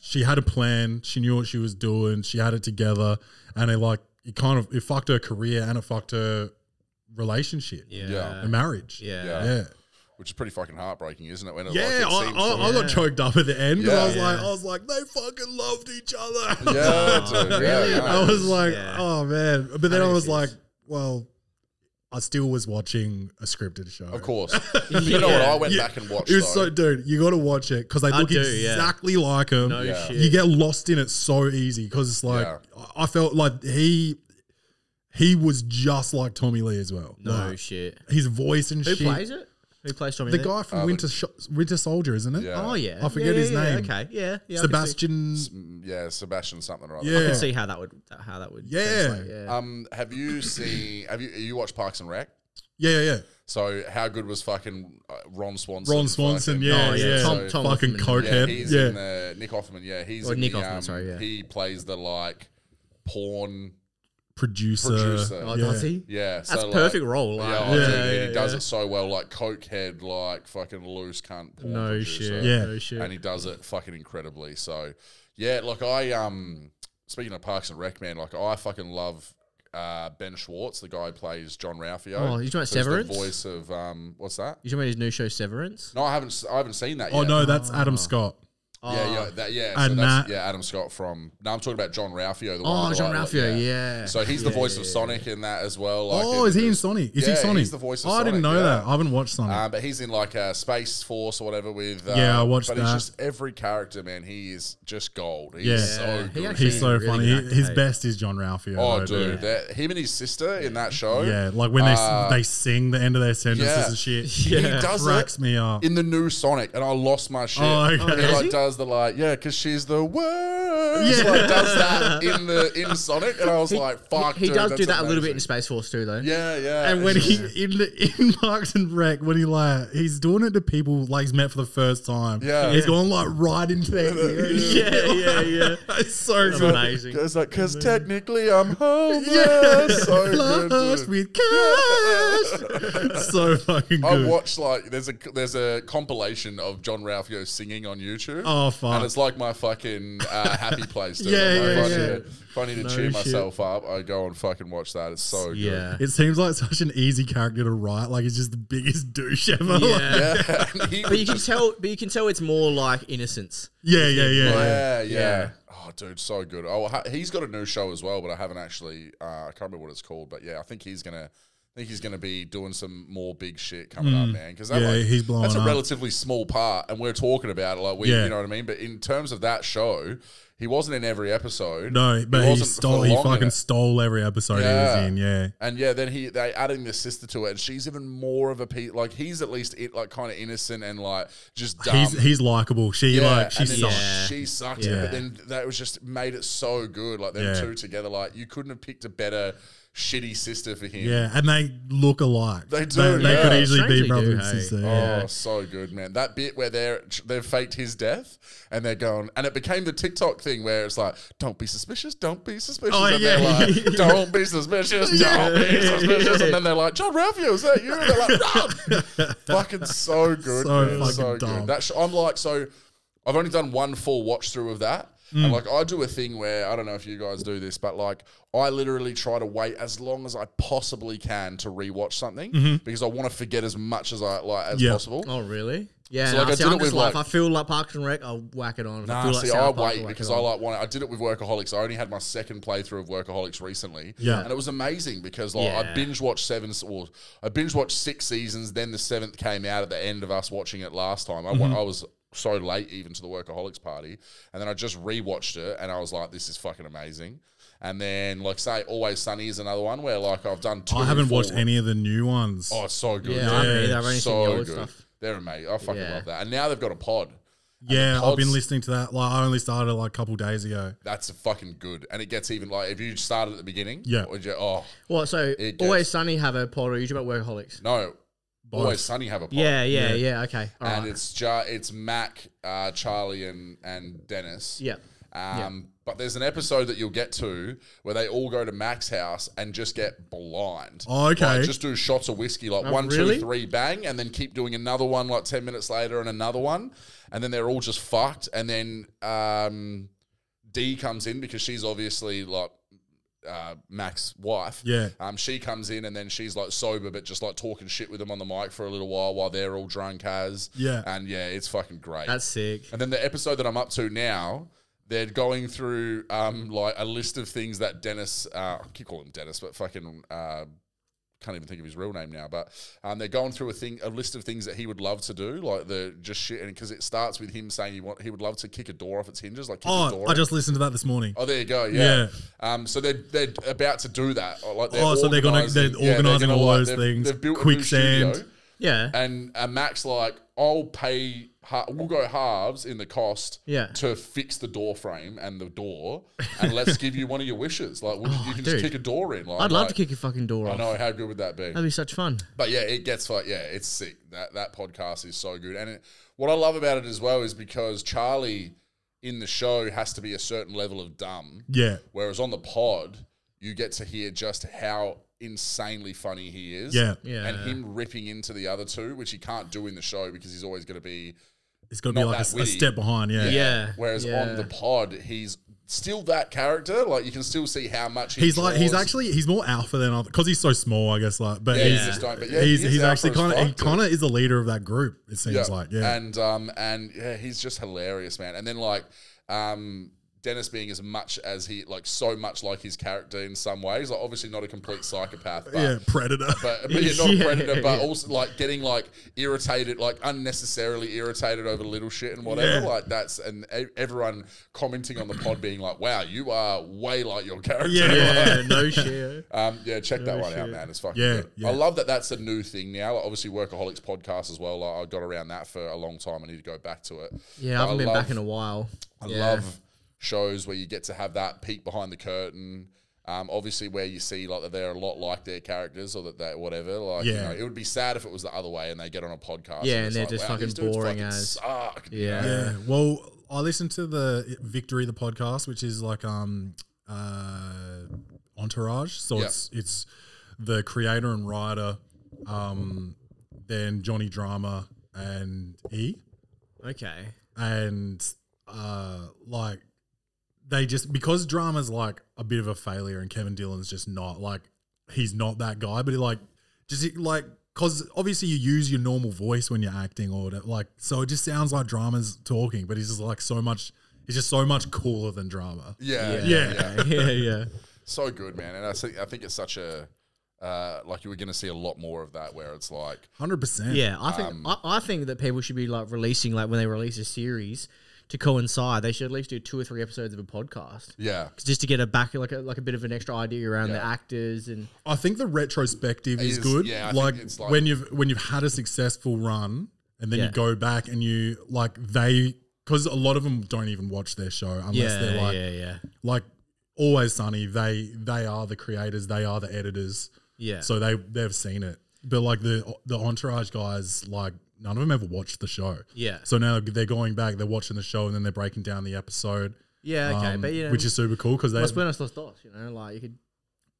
She had a plan. She knew what she was doing. She had it together, and it like it kind of it fucked her career and it fucked her relationship
Yeah.
and marriage.
Yeah.
Yeah.
yeah.
which is pretty fucking heartbreaking, isn't it? When it,
Yeah,
like, it
I,
seems to-
I, I got choked up at the end. 'cause
Yeah.
I was like,
Yeah.
I was like, they fucking loved each other.
yeah, dude, yeah,
Really?
yeah.
I was like,
Yeah.
oh man. But then I
That
was
is-
like, well, I still was watching a scripted show.
of course. But You know what? I went back and watched.
It was
though.
so, dude, you got to watch it because they
I
look
do, yeah.
exactly like him.
No
Yeah.
shit.
You get lost in it so easy because it's like
Yeah.
I I felt like he he was just like Tommy Lee as well.
no
Like,
shit.
his voice and
Who
shit.
plays it? Who plays Tommy?
the
Lee?
guy from
Uh, the-
Winter Sho Winter Soldier, isn't it?
Yeah.
Oh yeah.
I forget
Yeah, yeah,
his
yeah,
name.
Okay. Yeah. yeah I can see-
Sebastian.
mm, yeah, Sebastian something or other.
I
Yeah.
can see how that would how that would.
Yeah.
translate, Yeah.
Um, have you seen? Have you you watched Parks and Rec?
Yeah, yeah, yeah.
So how good was fucking uh, Ron Swanson?
Ron Swanson.
fucking-
Yeah,
Oh,
yeah.
yeah. Tom- Tom
fucking
Hoffman.
Yeah,
cokehead.
he's
Yeah,
in the Nick Offerman. Yeah, he's
Or
in
Nick
the,
Offerman,
um,
sorry, yeah.
He plays the like porn
producer.
producer.
Oh,
yeah.
does he?
Yeah, so
That's
like,
perfect role.
Yeah,
Like,
oh, dude,
Yeah,
and
yeah,
he does
yeah.
it so well, like cokehead, like fucking loose cunt. Porn
No
producer.
shit.
Yeah.
No shit.
and he does it fucking incredibly. So yeah, like I um speaking of Parks and Rec, man, like I fucking love uh, Ben Schwartz, the guy who plays John Ralphio.
Oh, he's talking about
who's the
Severance?
voice of um, what's that?
You talking about his new show Severance?
No, I haven't. s- I haven't seen that.
Oh
yet.
no, that's
Uh-huh.
Adam Scott.
Yeah, yeah, that, yeah. so
Oh. And
that's,
that-
yeah, Adam Scott from. No, I'm talking about John Ralphio. The
Oh,
one with the
John
light-
Ralphio, yeah.
So he's the voice of Sonic in that as well. Like
Oh, is he in Sonic? Is
yeah,
he Sonic?
He's the voice. Of
oh, I didn't
Sonic,
know
yeah.
that. I haven't watched Sonic.
Uh, but he's in like a space force or whatever with. Uh,
Yeah, I watched
But
that.
he's just every character, man. He is just gold. He's
Yeah.
so
He
good.
actually-
He's so
really
funny.
good
He-
actor,
his
hey.
best is John Ralphio.
oh,
though,
dude, that, him and his sister in that show.
Yeah, like when they
Uh,
they sing the end of their sentences
yeah.
and shit.
He
It
does
cracks
it
me up.
in the new Sonic, and I lost my shit.
Oh, okay.
He
Does
like
he?
does the like, yeah, because she's the worst.
Yeah.
like, does that in the in Sonic, and I was like, fuck.
He
dude,
does
that's
do that a little bit in
amazing.
Space Force too, though.
Yeah, yeah.
and when
It's
he in the, in Parks and Rec, when he like he's doing it to people like he's met for the first time.
Yeah.
he's going like right into their ears.
yeah, yeah, yeah.
it's so
That's
good.
amazing.
It's like, because technically I'm homeless.
Yeah,
So good,
flushed
dude.
with cash. so fucking
I
good.
watched like there's a there's a compilation of John Ralphio singing on YouTube.
Oh, fuck.
And it's like my fucking uh, happy place. Dude.
Yeah,
I'm like,
yeah, yeah.
if I need to- If I need to
No
cheer
shit.
myself up, I go and fucking watch that. It's so good.
Yeah.
it seems like such an easy character to write. Like he's just the biggest douche ever.
Yeah.
Like,
Yeah, and he
But
was
you can
just-
tell but you can tell it's more like innocence.
yeah, yeah, yeah.
yeah, yeah,
Yeah.
Oh, dude, so good. Oh, ha- he's got a new show as well, but I haven't actually. Uh, I can't remember what it's called, but yeah, I think he's gonna. I think he's gonna be doing some more big shit coming up, man. Because
Mm. Yeah, he's blowing
That's a
up.
relatively small part, and we're talking about it like we,
Yeah.
you know what I mean. But in terms of that show, he wasn't in every episode.
No, but he,
wasn't for
stole. He
long in
fucking
it.
stole every episode he
Yeah.
was in. Yeah.
And yeah, then he they adding the sister to it, and she's even more of a pe- like he's at least it like kind of innocent and like just dumb.
He's he's likable. She
Yeah,
like she
and then
sucks.
Yeah.
She sucked
Yeah.
it, but then that was just made it so good. Like them
Yeah.
two together, like you couldn't have picked a better shitty sister for him.
Yeah, and they look alike.
They
They,
do,
they could
yeah.
easily be
Strangely
brother
do,
and
hey.
sister.
Oh,
yeah.
so good, man! That bit where they're they've faked his death and they're going, and it became the TikTok thing where it's like, "Don't be suspicious, don't be suspicious,"
Oh,
and
yeah.
they're like, "Don't be suspicious, don't be
Yeah.
suspicious," and then they're like, "John Ralphio, is that you?" And they're like, "Rob!" "Fucking so good,
So
man,
fucking
so
dumb.
good." That sh- I'm like, so I've only done one full watch through of that.
Mm.
And like I do a thing where I don't know if you guys do this, but like I literally try to wait as long as I possibly can to rewatch something because I want to forget as much as I like as
Mm-hmm. Yeah.
possible.
Oh really? Yeah.
So,
nah,
like, I
see,
did
I'm
it
just
with,
like,
like-
if I feel like Parks and Rec, I'll whack it on. If I
Nah,
feel like
see, I
South Park, I'll
wait
whack
because
it
I
on.
like one. I did it with Workaholics. I only had my second playthrough of Workaholics recently,
Yeah.
and it was amazing because like I
Yeah.
binge watched seven s- or I binge watched six seasons. Then the seventh came out at the end of us watching it last time. I, wa-
Mm-hmm.
I was so late even to the Workaholics party, and then I just rewatched it, and I was like, "This is fucking amazing." And then like say, Always Sunny is another one where like I've done. Two
I haven't watched
full-
any of the new ones.
Oh, it's so good.
Yeah, I haven't either. I've only seen the
so
old
good.
stuff.
They're amazing. I fucking
Yeah.
love that. And now they've got a pod.
yeah, I've been
pods-
listening to that. Like I only started like a couple days ago.
That's fucking good. And it gets even like if you started at the beginning.
Yeah.
Or you, oh
What? So
It
always
gets-
Sunny have a pod or you about workaholics?
no,
Both.
always Sunny have a pod.
Yeah, yeah, yeah. Okay. All
Oh, And
right.
it's ja- it's Mac, uh, Charlie, and and Dennis.
Yeah.
Um, But there's an episode that you'll get to where they all go to Mac's house and just get blind.
Oh, okay.
Like, just do shots of whiskey, like
Oh,
one, two, three,
really?
bang, and then keep doing another one like 10 minutes later and another one. And then they're all just fucked. And then um, D comes in because she's obviously like uh, Mac's wife.
Yeah.
Um, she comes in and then she's like sober, but just like talking shit with them on the mic for a little while while they're all drunk as.
Yeah.
And yeah, it's fucking great.
That's sick.
And then the episode that I'm up to now, they're going through um, like a list of things that Dennis, uh, I keep calling him Dennis, but fucking uh, can't even think of his real name now. But um, they're going through a thing, a list of things that he would love to do, like the just shit, and because it starts with him saying he want he would love to kick a door off its hinges, like kick a
Oh,
door.
I
off-
just listened to that this morning.
Oh, there you go. Yeah. Um. So they're they're about to do that. or Like they're
Oh, so they're gonna-
organising-
they're
yeah,
organising all
like,
those
they've-
things.
They've built a new
Quicksand.
studio.
Yeah.
And uh, Mac's like, I'll pay, ha- we'll go halves in the cost
Yeah.
to fix the door frame and the door, and let's give you one of your wishes. Like, would you- you can just
Oh, dude.
kick a door in. Like,
I'd love
like,
to kick your fucking door
I
off.
know, how good would that be?
That'd be such fun.
But yeah, it gets like, yeah, it's sick. That, that podcast is so good. And it, what I love about it as well is because Charlie in the show has to be a certain level of dumb.
Yeah,
Whereas on the pod, you get to hear just how insanely funny he is.
Yeah.
Yeah.
And him ripping into the other two, which he can't do in the show because he's always going to be.
it's got to be
Not
like a,
that
a
witty.
step behind. Yeah,
Yeah.
Whereas
yeah.
on the pod, he's still that character. Like you can still see how much he
He's like he's
draws.
actually he's more alpha than other because he's so small, I guess. Like, but
Yeah,
he's
he's just like- but yeah,
he's,
he is
he's
alpha
actually
as
kind of
fuck,
he
too.
kind of is the leader of that group. It seems like yeah,
And um and yeah, he's just hilarious, man. And then like um Dennis being as much as he like so much like his character in some ways, like obviously not a complete psychopath, but
yeah, predator.
but, but yeah, not a
Yeah,
predator, but
yeah.
also like getting like irritated, like unnecessarily irritated over little shit and whatever.
Yeah.
Like that's and e- everyone commenting on the pod being like, "Wow, you are way like your character."
Yeah.
Yeah, no shit.
Um, yeah, check that one out, man. It's fucking
Yeah,
good.
yeah.
I love that that's a new thing now. Like, obviously, Workaholics podcast as well. Like, I got around that for a long time. I need to go back to it.
Yeah, I haven't been back in a while.
I
yeah.
love shows where you get to have that peek behind the curtain. Um, obviously, where you see like that they're a lot like their characters or that they whatever. Like, you
Yeah.
know, it would be sad if it was the other way and they get on a podcast.
Yeah, and
it's
they're
like,
just
wow, these
fucking
dudes
boring
fucking
as-
Suck.
Yeah.
yeah. Well, I listened to the Victory the podcast, which is like um uh Entourage. So
Yeah.
it's it's the creator and writer, um, then Johnny Drama and E
Okay.
and uh like they just because drama's like a bit of a failure and Kevin Dillon's just not like he's not that guy but he like just it, like cuz obviously you use your normal voice when you're acting or whatever, like so it just sounds like drama's talking but he's just like so much he's just so much cooler than drama
Yeah. Yeah.
Yeah.
Yeah. Yeah. Yeah.
So good, man. And I think I think it's such a uh, like you were going to see a lot more of that where it's like
100%
Yeah, I think
Um,
I, I think that people should be like releasing like when they release a series to coincide, they should at least do two or three episodes of a podcast.
yeah.
'Cause Just to get a back like a, like a bit of an extra idea around the actors and
I think the retrospective is,
is,
good.
yeah, I think
like,
it's like-
when you've when you've had a successful run, and then you
Yeah.
go back and you like they because a lot of them don't even watch their show unless they're like
yeah, yeah,
like always sunny. They they are the creators. They are the editors.
yeah.
So they they've seen it. But like the the entourage guys, like none of them ever watched the show.
Yeah.
So now they're going back. They're watching the show and then they're breaking down the episode.
yeah, okay,
um,
but you know,
which is super cool because they
that's when I lost thoughts. You know, like you could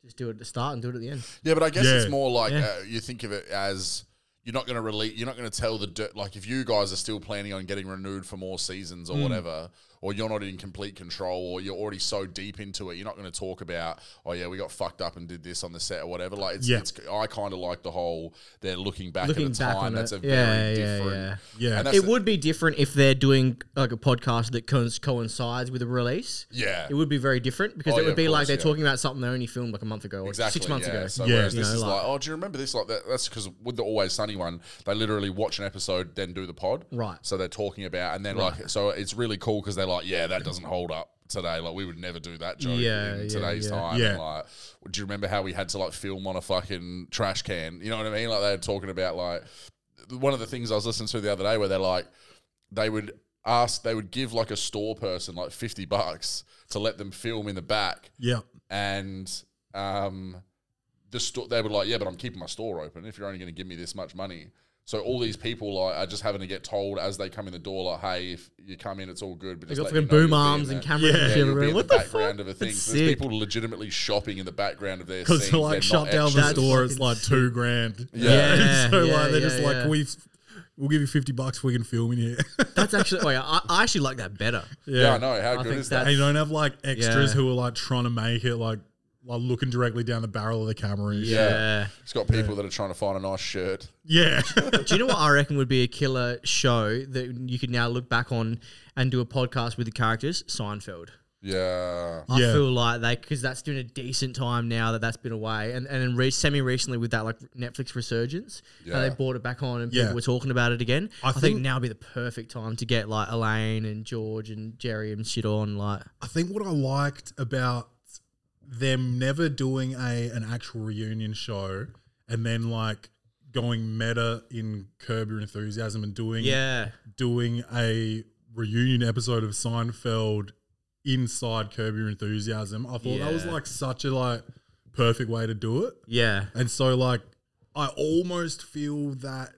just do it at the start and do it at the end.
Yeah, but I guess
Yeah.
it's more like
Yeah.
uh, you think of it as you're not going to release, you're not going to tell the dirt. Like if you guys are still planning on getting renewed for more seasons
Hmm.
or whatever, or you're not in complete control, or you're already so deep into it, you're not going to talk about, oh yeah, we got fucked up and did this on the set or whatever. Like it's,
Yeah.
it's I kind of like the whole they're looking back
Looking
at a
back
time
on
that's
it.
a
Yeah,
very
yeah,
different.
yeah.
Yeah.
and that's
It
the-
would be different if they're doing like a podcast that co- coincides with a release.
yeah.
It would be very different because
Oh,
it
yeah,
would
of
be like
course,
they're
yeah.
talking about something they only filmed like a month ago or
Exactly.
six months
yeah.
ago.
So
Yeah.
whereas
You
this
know,
is like,
like-
oh, do you remember this? Like that, that's because with the Always Sunny one, they literally watch an episode, then do the pod.
Right.
So they're talking about, and then like, so it's really cool because they're like, yeah, that doesn't hold up today. Like we would never do that joke
Yeah,
in
yeah,
today's
yeah.
time.
Yeah.
And, like, do you remember how we had to like film on a fucking trash can? You know what I mean? Like they're talking about like one of the things I was listening to the other day where they're like, they would ask, they would give like a store person like fifty bucks to let them film in the back
yeah.
and um, the store they were like, yeah, but I'm keeping my store open. If you're only going to give me this much money, so all these people like are just having to get told as they come in the door, like, hey, if you come in, it's all good. But
They
just
got
let
fucking
you know
boom
you'll be in
arms
there."
and cameras
Yeah,
and
Yeah,
shit
you'll be
everywhere.
in
What
the,
the,
background
fuck?
of a thing.
That's
So there's
sick.
people legitimately shopping in the background of their
Because
scenes.
they're like shut down the
extras.
store,
That's
it's like
fucking
two grand.
Yeah.
Yeah,
so
yeah,
like they're
yeah,
just
yeah.
like we we'll give you fifty bucks if we can film in here.
That's actually. Wait, I, I actually like that better.
Yeah, I know. How
I
good
think
is that?
And you don't have like extras
Yeah.
who are like trying to make it like like looking directly down the barrel of the camera. And shit.
Yeah.
It's got people that are trying to find a nice shirt.
yeah,
Do you know what I reckon would be a killer show that you could now look back on and do a podcast with the characters? Seinfeld.
Yeah.
I
Yeah.
feel like they because that's doing a decent time now that that's been away, and and then re- semi recently with that like Netflix resurgence, how
Yeah.
they brought it back on and
Yeah.
people were talking about it again.
I
I, think,
think-
now would be the perfect time to get like Elaine and George and Jerry and shit on. Like,
I think what I liked about them never doing a an actual reunion show and then like going meta in Curb Your Enthusiasm and doing
yeah,
doing a reunion episode of Seinfeld inside Curb Your Enthusiasm. I thought that was
Yeah.
like such a like perfect way to do it.
yeah,
And so like I almost feel that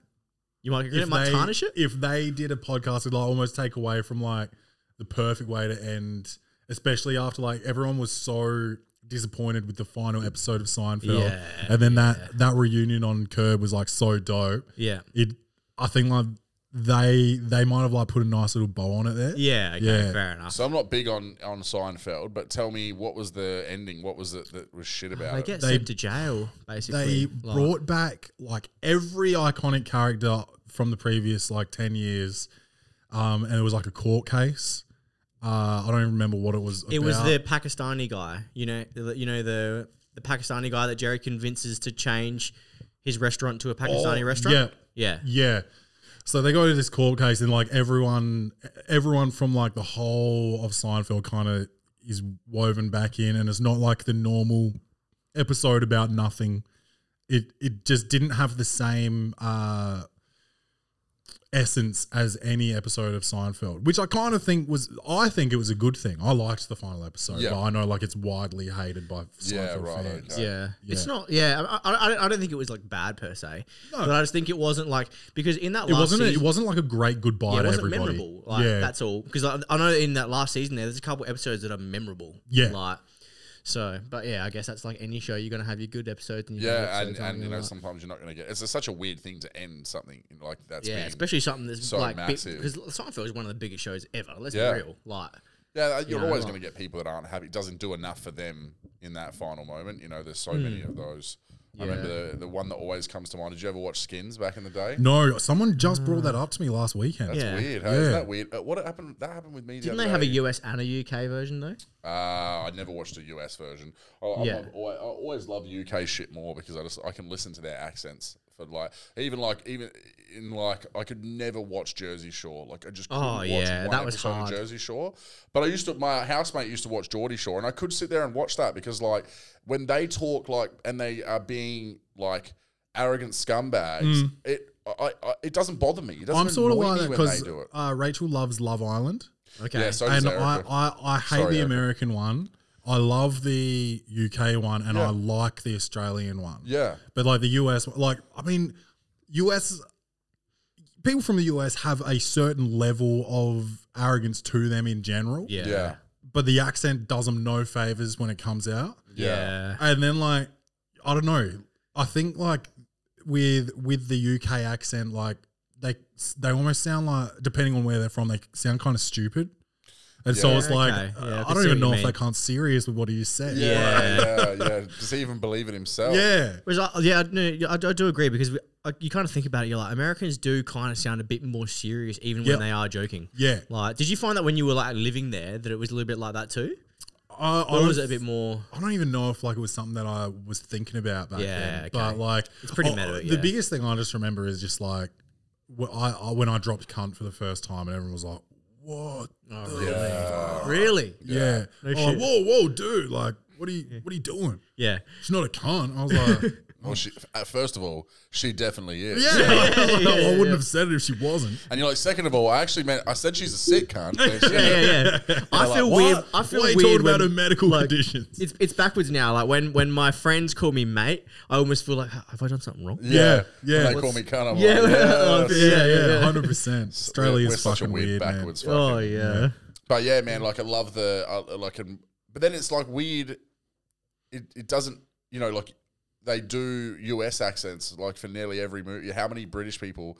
you might it might
they,
tarnish it.
if they did a podcast, it'd like almost take away from like the perfect way to end, especially after like everyone was so disappointed with the final episode of Seinfeld.
Yeah,
and then that that reunion on Curb was like so dope.
Yeah,
It I think like they they might have like put a nice little bow on it there.
Yeah, okay,
Yeah.
fair enough.
So I'm not big on on Seinfeld, but tell me what was the ending? What was it that was shit about
they
it?
get
They-
sent to jail, basically.
They
Like,
brought back like every iconic character from the previous like ten years, um, and it was like a court case. Uh, I don't even remember what it was.
it was
about.
the Pakistani guy, you know, the, you know the the Pakistani guy that Jerry convinces to change his restaurant to a Pakistani restaurant. Yeah, yeah,
Oh, Yeah. So they go to this court case and like everyone everyone from like the whole of Seinfeld kind of is woven back in and it's not like the normal episode about nothing. It it just didn't have the same uh essence as any episode of Seinfeld, which I kind of think was I think it was a good thing. I liked the final episode,
Yeah.
but I know like it's widely hated by Seinfeld
Yeah, right,
fans.
okay.
yeah. It's not. Yeah, I, I, I don't- I don't think it was like bad per se, but I just think it wasn't like because in that
It
last
wasn't a, it
season-
wasn't like a great goodbye
yeah, it
to
wasn't
everybody.
memorable. Like that's all. Because I, I know in that last season there, there's a couple episodes that are memorable.
Yeah.
Like, so, but yeah, I guess that's like any show. You're gonna have your good episodes and your bad
Yeah, and,
episodes, aren't
and you know
like-
sometimes you're not going to get. It's such a weird thing to end something like that's
yeah,
being-
especially something that's
so
like
massive.
because Seinfeld is one of the biggest shows ever. Let's
Yeah.
be real. Like,
Yeah, you're
know,
always
like-
going to get people that aren't happy. It doesn't do enough for them in that final moment. You know, there's so many
Hmm.
of those. I remember the, the one that always comes to mind. Did you ever watch Skins back in the day?
No, someone just brought that up to me last weekend.
That's
Mm. Yeah.
weird. Hey? Isn't
Yeah.
that weird? Uh, what happened? That happened with me. the
didn't
other
they have a
day.
US and a UK version though?
Uh, I never watched a US version. I, I'm
Yeah.
not- I, I always love UK shit more because I just I can listen to their accents for like even like even in like I could never watch Jersey Shore. Like I just couldn't
Oh,
watch
yeah,
one
that was
episode
hard.
of Jersey Shore. But I used to my housemate used to watch Geordie Shore and I could sit there and watch that because like when they talk like and they are being like arrogant scumbags, it I, I it doesn't bother me. It doesn't
Mm. I'm sort of
annoy
like
me
that
when they
because
do it.
uh, Rachel loves Love Island,
Okay.
yeah, so does
and I,
Erica.
I, I hate
Sorry,
the
Erica.
American one. I love the UK one, and I like the Australian one.
yeah.
but like the US, like I mean, US people from the US have a certain level of arrogance to them in general.
yeah.
Yeah.
but the accent does them no favors when it comes out.
Yeah.
and then like I don't know. I think like with with the UK accent, like they they almost sound like depending on where they're from, they sound kind of stupid. And so
Yeah.
it's like
Okay, yeah, I
uh, I don't
can see
even
what you
know if
mean.
that can't serious with what he just said.
Yeah, yeah, yeah. Does he even believe in himself?
yeah,
Whereas, I, yeah, no, yeah, I, I do agree because we, I, you kind of think about it. You're like Americans do kind of sound a bit more serious even
Yep.
when they are joking.
yeah.
Like, did you find that when you were like living there that it was a little bit like that too,
I, I
or
Oh,
don't-
was it a bit more?
I don't even know if like it was something that I was thinking about back
Yeah,
then.
okay.
But like, it's
pretty meta,
The
yeah.
biggest thing I just remember is just like wh- I, I when I dropped cunt for the first time, and everyone was like, "What? the
Really?
Yeah.
No
I'm
shit.
like, whoa, whoa, dude. Like, what are you what are you doing?
Yeah.
She's not a cunt. I was like,
Well, she, uh, first of all, she definitely is.
Yeah. I wouldn't have said it if she wasn't.
And you're like, second of all, I actually meant, I said she's a sick cunt. but she-
Yeah, yeah. I feel
like,
weird.
what?
I feel
Why are you
weird
talking about
when-
her medical conditions?
it's it's backwards now. Like when when my friends call me mate, I almost feel like "Ha- have I done something wrong?
Yeah, yeah.
When they call me cunt, I'm
Yeah,
like, yeah.
yeah, yeah, yeah.
hundred percent. Australia
we're
is
such a
fucking
weird,
weird, man.
backwards fucking.
Oh yeah.
But yeah, man, like I love the, I, like, and, but then it's like weird. It, it doesn't, you know, like they do US accents like for nearly every movie. How many British people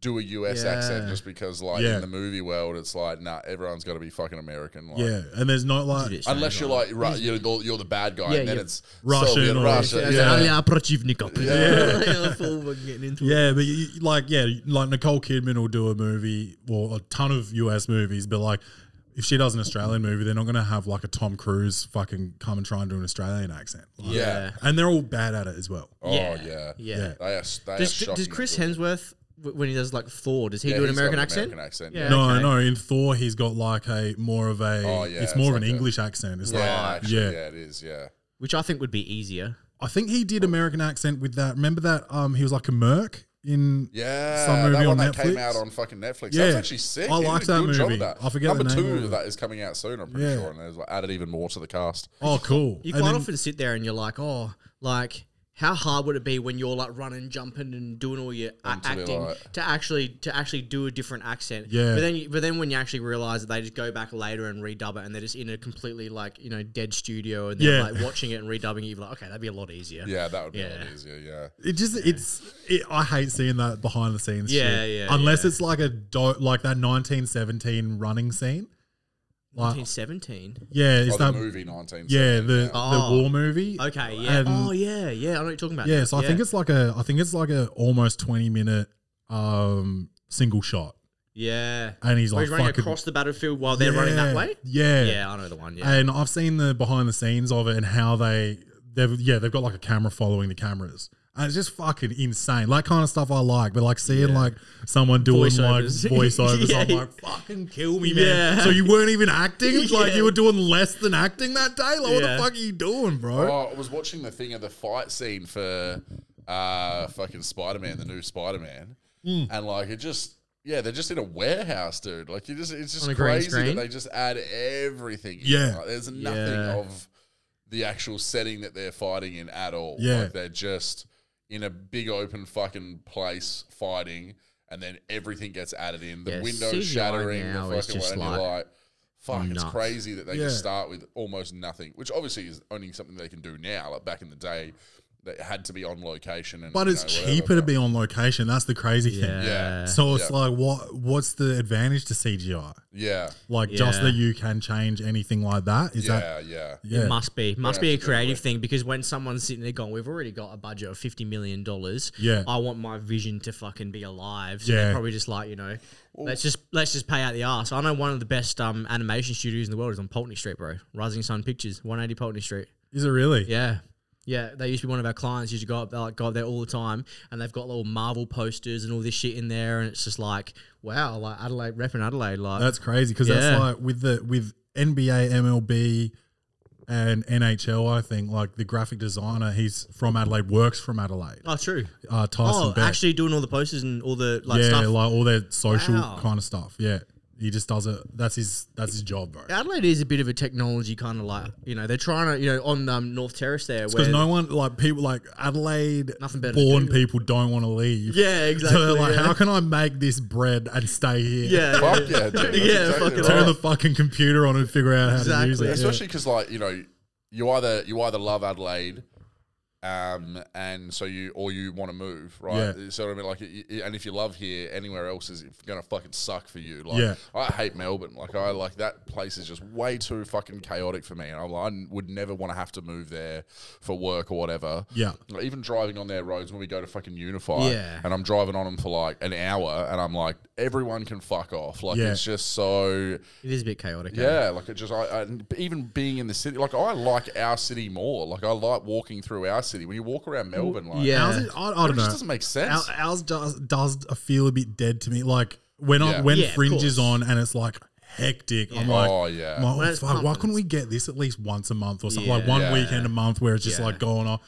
do a US
Yeah.
accent just because like
Yeah.
in the movie world, it's like, nah, everyone's got to be fucking American. Like,
Yeah, and there's not like
Unless you're like Ru- you're, the, you're the bad guy,
Yeah,
and then
yeah.
it's
Russian
Soviet
or-
Russia. Yeah,
Yeah. Yeah. Yeah. Full fucking "Oh, getting into it.
yeah, but you, you- like yeah, like Nicole Kidman will do a movie or a ton of US movies, but like if she does an Australian movie, they're not gonna have like a Tom Cruise fucking come and try and do an Australian accent. Like-
yeah.
and they're all bad at it as well.
Oh
Yeah.
yeah,
Yeah.
They are, they are
Does, does
shockingly
Chris
good.
Hemsworth w- when he does like Thor, does he
Yeah,
do an
he's got
American accent?
American accent.
Yeah.
Yeah,
No,
okay.
no. In Thor, he's got like a more of a.
Oh, yeah,
it's more
it's
of an
like a-
English accent. It's
yeah,
like
actually,
yeah.
yeah. it is. Yeah,
Which I think would be easier.
I think he did American accent with that. Remember that? Um, he was like a merc in.
yeah.
Some movie
that
on
one that came
Netflix?
out on fucking Netflix.
Yeah.
That was actually sick.
I
He did
liked
a
that
good job
movie.
of that.
I forget
number
the name
two
of it.
of that is coming out soon. I'm pretty
Yeah.
sure, and there's like added even more to the cast.
Oh, cool. And
You quite
then-
often sit there and you're like, oh, like How hard would it be when you're like running, jumping, and doing all your a-
And to be
acting
like-
to actually to actually do a different accent?
Yeah.
But then, you, but then when you actually realize that they just go back later and redub it, and they're just in a completely like you know dead studio, and they're
Yeah.
like watching it and redubbing it, you're like, okay, that'd be a lot easier.
Yeah, that would be a lot
Yeah.
easier. Yeah.
It just it's it, I hate seeing that behind the scenes.
Yeah,
shit.
yeah,
Unless
yeah.
it's like a do- like that nineteen seventeen running scene. Like
1917.
yeah, it's
Oh, the
that
movie 19.
yeah the
Oh.
the war movie.
Okay. Yeah.
And-
oh yeah. Yeah. I know what you're talking about.
um, Yeah,
now.
so I think it's like a I think it's like a almost twenty minute um single shot,
yeah.
and he's
Where
like
he's running
fucking-
across the battlefield while they're running that
Yeah,
way.
Yeah,
Yeah, I know the one. Yeah.
And I've seen the behind the scenes of it and how they they've yeah they've got like a camera following the cameras. And it's just fucking insane. Like kind of stuff I like, but like seeing like someone doing
Voiceovers.
like voiceovers, I'm
Yeah.
like, fucking kill me, man.
Yeah.
So you weren't even acting? Like
Yeah.
you were doing less than acting that day? Like what
Yeah.
the fuck are you doing, bro?
Oh, I was watching the thing of the fight scene for uh, fucking Spider Man, the new Spider Man,
Mm.
and like it just. Yeah, they're just in a warehouse, dude. Like you just, it's just
On a green
crazy that
screen?
they just add everything. in.
Yeah.
Like, there's nothing
Yeah.
of the actual setting that they're fighting in at all.
Yeah.
like they're just in a big open fucking place fighting, and then everything gets added in. The
Yeah,
windows
CGI
shattering, the
now
fucking
is just
and you're
like-
like, fuck, it's
Nuts.
crazy that they
Yeah.
just start with almost nothing, which obviously is only something they can do now. Like back in the day, that had to be on location, and
But
you
it's
know, whatever,
cheaper to be on location. That's the crazy
yeah.
thing.
Yeah.
So it's
Yeah.
like what what's the advantage to CGI?
Yeah,
Like just
Yeah.
that you can change anything like that? Is that
yeah, yeah,
yeah.
Must be, must
Yeah,
be a
absolutely.
creative thing because when someone's sitting there going, "We've already got a budget of fifty million dollars.
Yeah.
I want my vision to fucking be alive." So
Yeah.
they're probably just like, you know, let's just let's just pay out the ass. I know one of the best um, animation studios in the world is on Pulteney Street, bro. Rising Sun Pictures, one eighty Pulteney Street.
Is it really?
Yeah. Yeah, they used to be one of our clients. Used to go up, like, go up there all the time, and they've got little Marvel posters and all this shit in there, and it's just like, wow, like Adelaide repping Adelaide, like
That's crazy because
Yeah.
that's like with the with NBA, MLB, and NHL. I think like the graphic designer, he's from Adelaide, works from Adelaide.
oh, true.
Uh, Tyson
Oh,
Beck,
actually doing all the posters and all the like
yeah,
stuff.
like all their social
Wow.
kind of stuff. Yeah, he just does it. That's his that's his job, bro.
Adelaide is a bit of a technology kind of like you know they're trying to you know on um, North Terrace there
Because
where
no one like people like Adelaide
Nothing better to
born
do.
people don't want to leave.
yeah exactly
So they're like,
yeah.
how can I make this bread and stay here?
yeah
Fuck yeah, dude, that's
Yeah,
exactly
fucking
right.
Turn the fucking computer on and figure out how to use
Exactly.
it. yeah.
especially because like you know you either you either love Adelaide, um, and so you or you want to move, right? So I mean, like, y- y- and if you love here, anywhere else is gonna fucking suck for you. Like,
Yeah.
I hate Melbourne. Like, I like that place is just way too fucking chaotic for me, and I'm like, I would never want to have to move there for work or whatever.
Yeah.
Like, even driving on their roads when we go to fucking Unify,
Yeah.
and I'm driving on them for like an hour, and I'm like, everyone can fuck off. Like,
Yeah.
it's just so
it is a bit chaotic eh?
yeah, like it just I, I and even being in the city, like I like our city more. Like I like walking through our city. When you walk around Melbourne, like
yeah.
Ours is- I, I
it
don't know.
just doesn't make
Our,
sense.
ours does does feel a bit dead to me. Like when
Yeah.
I, when
Yeah, of
Fringe is
course.
on and it's like hectic, I'm like,
oh yeah,
I'm like,
When it's
fuck, why
pumping.
couldn't we get this at least once a month or something? Like
Yeah.
one
Yeah.
weekend a month where it's just
Yeah.
like going on.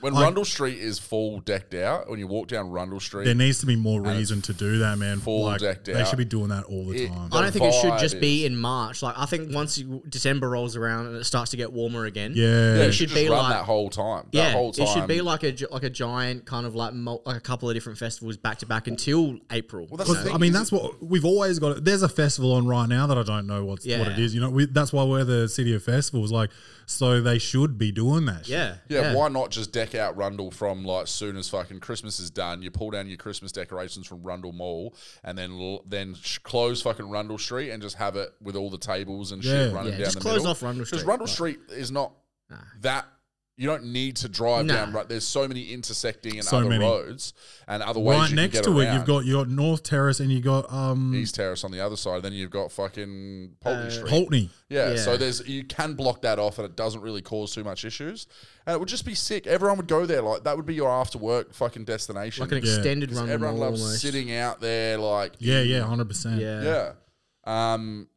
when
like-
Rundle Street is full decked out, when you walk down Rundle
There
Street,
needs to be more reason to do that, man.
full
like,
decked
they
out.
should be doing that all the
It-
time.
I don't think it should
vibe
just be in March like I think once you, December rolls around and it starts to get warmer again
yeah.
yeah,
it
you
should
should just
be
run
like-
that whole time. That
yeah
whole time.
it should be like a gi- like a giant kind of like, mul- like a couple of different festivals back to back until April
Well, that's
you
the
know?
thing
I mean,
is-
that's what we've always got. There's a festival on right now that I don't know what's what it
Yeah.
is. You know, we, that's why we're the city of festivals. Like, so they should be doing that. shit.
yeah
Yeah, why not just deck out Rundle from like soon as fucking Christmas is done? You pull down your Christmas decorations from Rundle Mall, and then l- then sh- close fucking Rundle Street and just have it with all the tables and shit
Yeah.
running
Yeah,
down
just
the
close
middle.
off Rundle
Because
Street,
Rundle
like-
Street is not that. You don't need to drive
Nah.
down. Right, there's so many intersecting and
So
other
many.
roads and other ways.
Right
you
next
can get
to it,
around.
you've got your North Terrace and you got um
East Terrace on the other side. Then you've got fucking Polly
Uh,
Street.
Pulteney.
Yeah, so
Yeah.
there's you can block that off and it doesn't really cause too much issues. And it would just be sick. Everyone would go there like that would be your after work fucking destination.
like an extended run
Everyone
mall
loves
almost.
sitting out there like
Yeah, yeah, hundred percent.
yeah
Mm. yeah. Um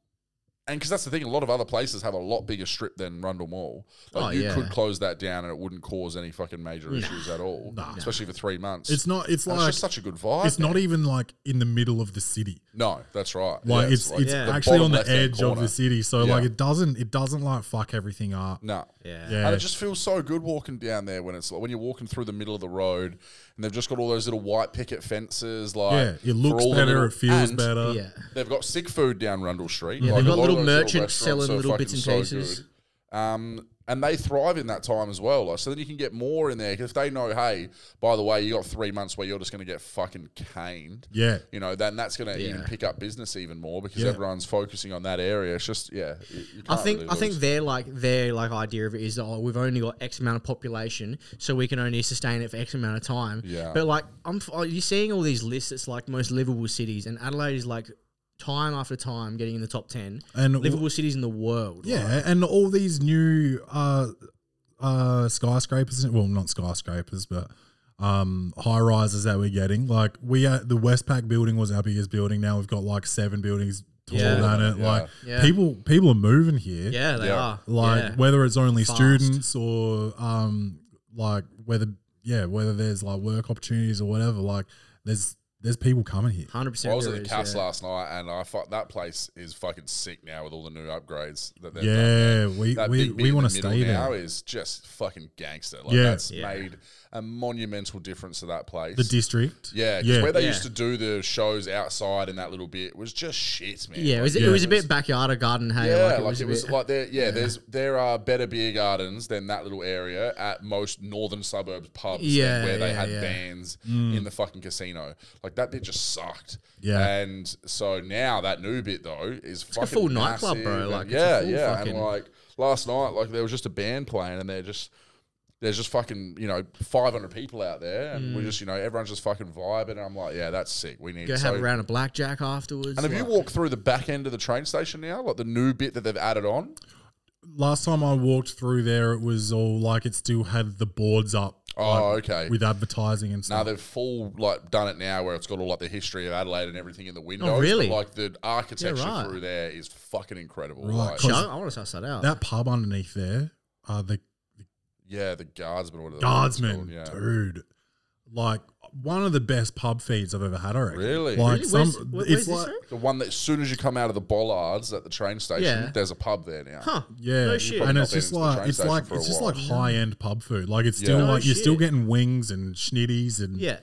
and because that's the thing, a lot of other places have a lot bigger strip than Rundle Mall. Like
Oh,
you
yeah.
could close that down and it wouldn't cause any fucking major issues at all, especially for three months.
It's not. It's
And
like
just such a good vibe.
it's not even like in the middle of the city.
No, that's right.
Like
Yeah,
it's it's,
Yeah. the
actually
bottom
on the
left-hand
edge of
corner.
the city, so
Yeah. Mm.
like it doesn't it doesn't like fuck everything up.
no.
Yeah.
Yeah,
And it just feels so good walking down there when it's like when you're walking through the middle of the road and they've just got all those little white picket fences. Like
yeah, it
for
looks
all the
better,
little-
it feels
and
better.
Yeah.
They've got sick food down Rundle Street.
Yeah,
Like,
they've
a
got
lot of
little
those little
merchants
restaurants
selling
are
little
fucking
bits and
so
pieces.
good. Um, and they thrive in that time as well. Like, so then you can get more in there 'cause if they know, hey, by the way, you got three months where you're just going to get fucking caned.
Yeah.
You know, then that's going to even
Yeah.
pick up business even more because
Yeah.
everyone's focusing on that area. It's just yeah. you- you
I
can't
think
really
I think
lose.
their like their like idea of it is oh we've only got X amount of population so we can only sustain it for X amount of time.
Yeah.
But like I'm f- oh, you're seeing all these lists. It's like most livable cities, and Adelaide is like time after time getting in the top ten
And w-
livable cities in the world.
Yeah, and all these new uh uh skyscrapers well not skyscrapers but um high rises that we're getting. Like we at the Westpac building was our biggest building. Now we've got like seven buildings taller
Yeah.
than it.
Yeah.
Like
Yeah.
people people are moving here.
yeah, they
Yeah.
are.
Like
yeah.
whether it's only
Fast.
students or um like whether yeah, whether there's like work opportunities or whatever, like there's there's people coming here.
hundred percent.
I was at the cast last night, and I thought that place is fucking sick now with all the new upgrades that they've done.
Yeah, we
That
we,
big bit
we
in
want to
the middle
stay
now
there.
is just fucking gangster. Like
Yeah.
that's
Yeah.
made a monumental difference to that place.
The district.
yeah, 'cause
Yeah.
where they
Yeah.
used to do the shows outside in that little bit was just shit, man.
Yeah, it was,
Yeah.
it was a bit backyard or garden. Hey,
Yeah,
like it was, a bit,
like there. Yeah, there's there are better beer gardens than that little area at most northern suburbs pubs. than
Yeah,
where they
yeah,
had
yeah.
bands in the fucking casino. Like that bit just sucked.
Yeah.
and so now that new bit though is fucking
full nightclub,
massive
bro,
and-
like, it's a
yeah,
full
yeah,
fucking-
and like last night, like there was just a band playing, and they're just. There's just fucking, you know, 500 people out there, and we're just, you know, everyone's just fucking vibing. And I'm like, yeah, that's sick. We need
Mm. go
so-
have a round of blackjack afterwards.
And have you
like-
walked through the back end of the train station now, like the new bit that they've added on?
last time I walked through there, it was all like it still had the boards up
Oh, okay.
with advertising and
Now
stuff.
they've full like done it now where it's got all like the history of Adelaide and everything in the windows.
Oh, really?
But, like the architecture
right.
through there is fucking incredible.
Right,
Like,
cool.
Shit, I want to suss that out.
that pub underneath there, uh, the
yeah, the guardsman or whatever. the fuck it's
Guardsman,
called, Oh, yeah.
dude, like one of the best pub feeds I've ever had. I reckon.
Really?
Like
Really?
some,
Where's- where-
it's
where's this
like
from?
The one that as soon as you come out of the bollards at the train station,
Yeah.
there's a pub there now.
Huh?
yeah,
No shit.
and
Probably
it's
not been
just
to the
like
train
it's
station
like
for a
it's just
while.
like high end pub food. Like it's still
Yeah.
No
like you're still
shit.
getting wings and schnitties and
Yeah.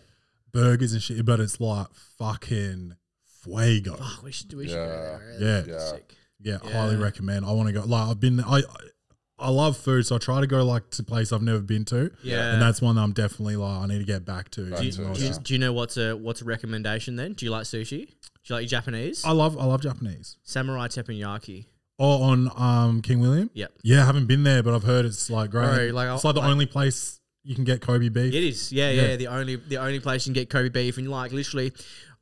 burgers and shit, but it's like fucking fuego.
Oh, we should. We should. Go
Yeah.
there.
Yeah.
that's
Yeah.
sick.
Yeah, highly
Yeah.
recommend. I want to go. Like I've been, I, I I love food, so I try to go like to place I've never been to.
Yeah.
and that's one that I'm definitely like I need to get back to.
Back to,
Do
yeah.
you, do you know what's a what's a recommendation then? Do you like sushi? Do you like your Japanese?
I love I love Japanese.
Samurai teppanyaki.
Oh, on um King William.
Yep.
Yeah, I haven't been there, but I've heard it's like great.
Bro, like,
it's like the
like-
only place you can get Kobe beef.
It is. Yeah, yeah,
Yeah.
The only the only place you can get Kobe beef and like literally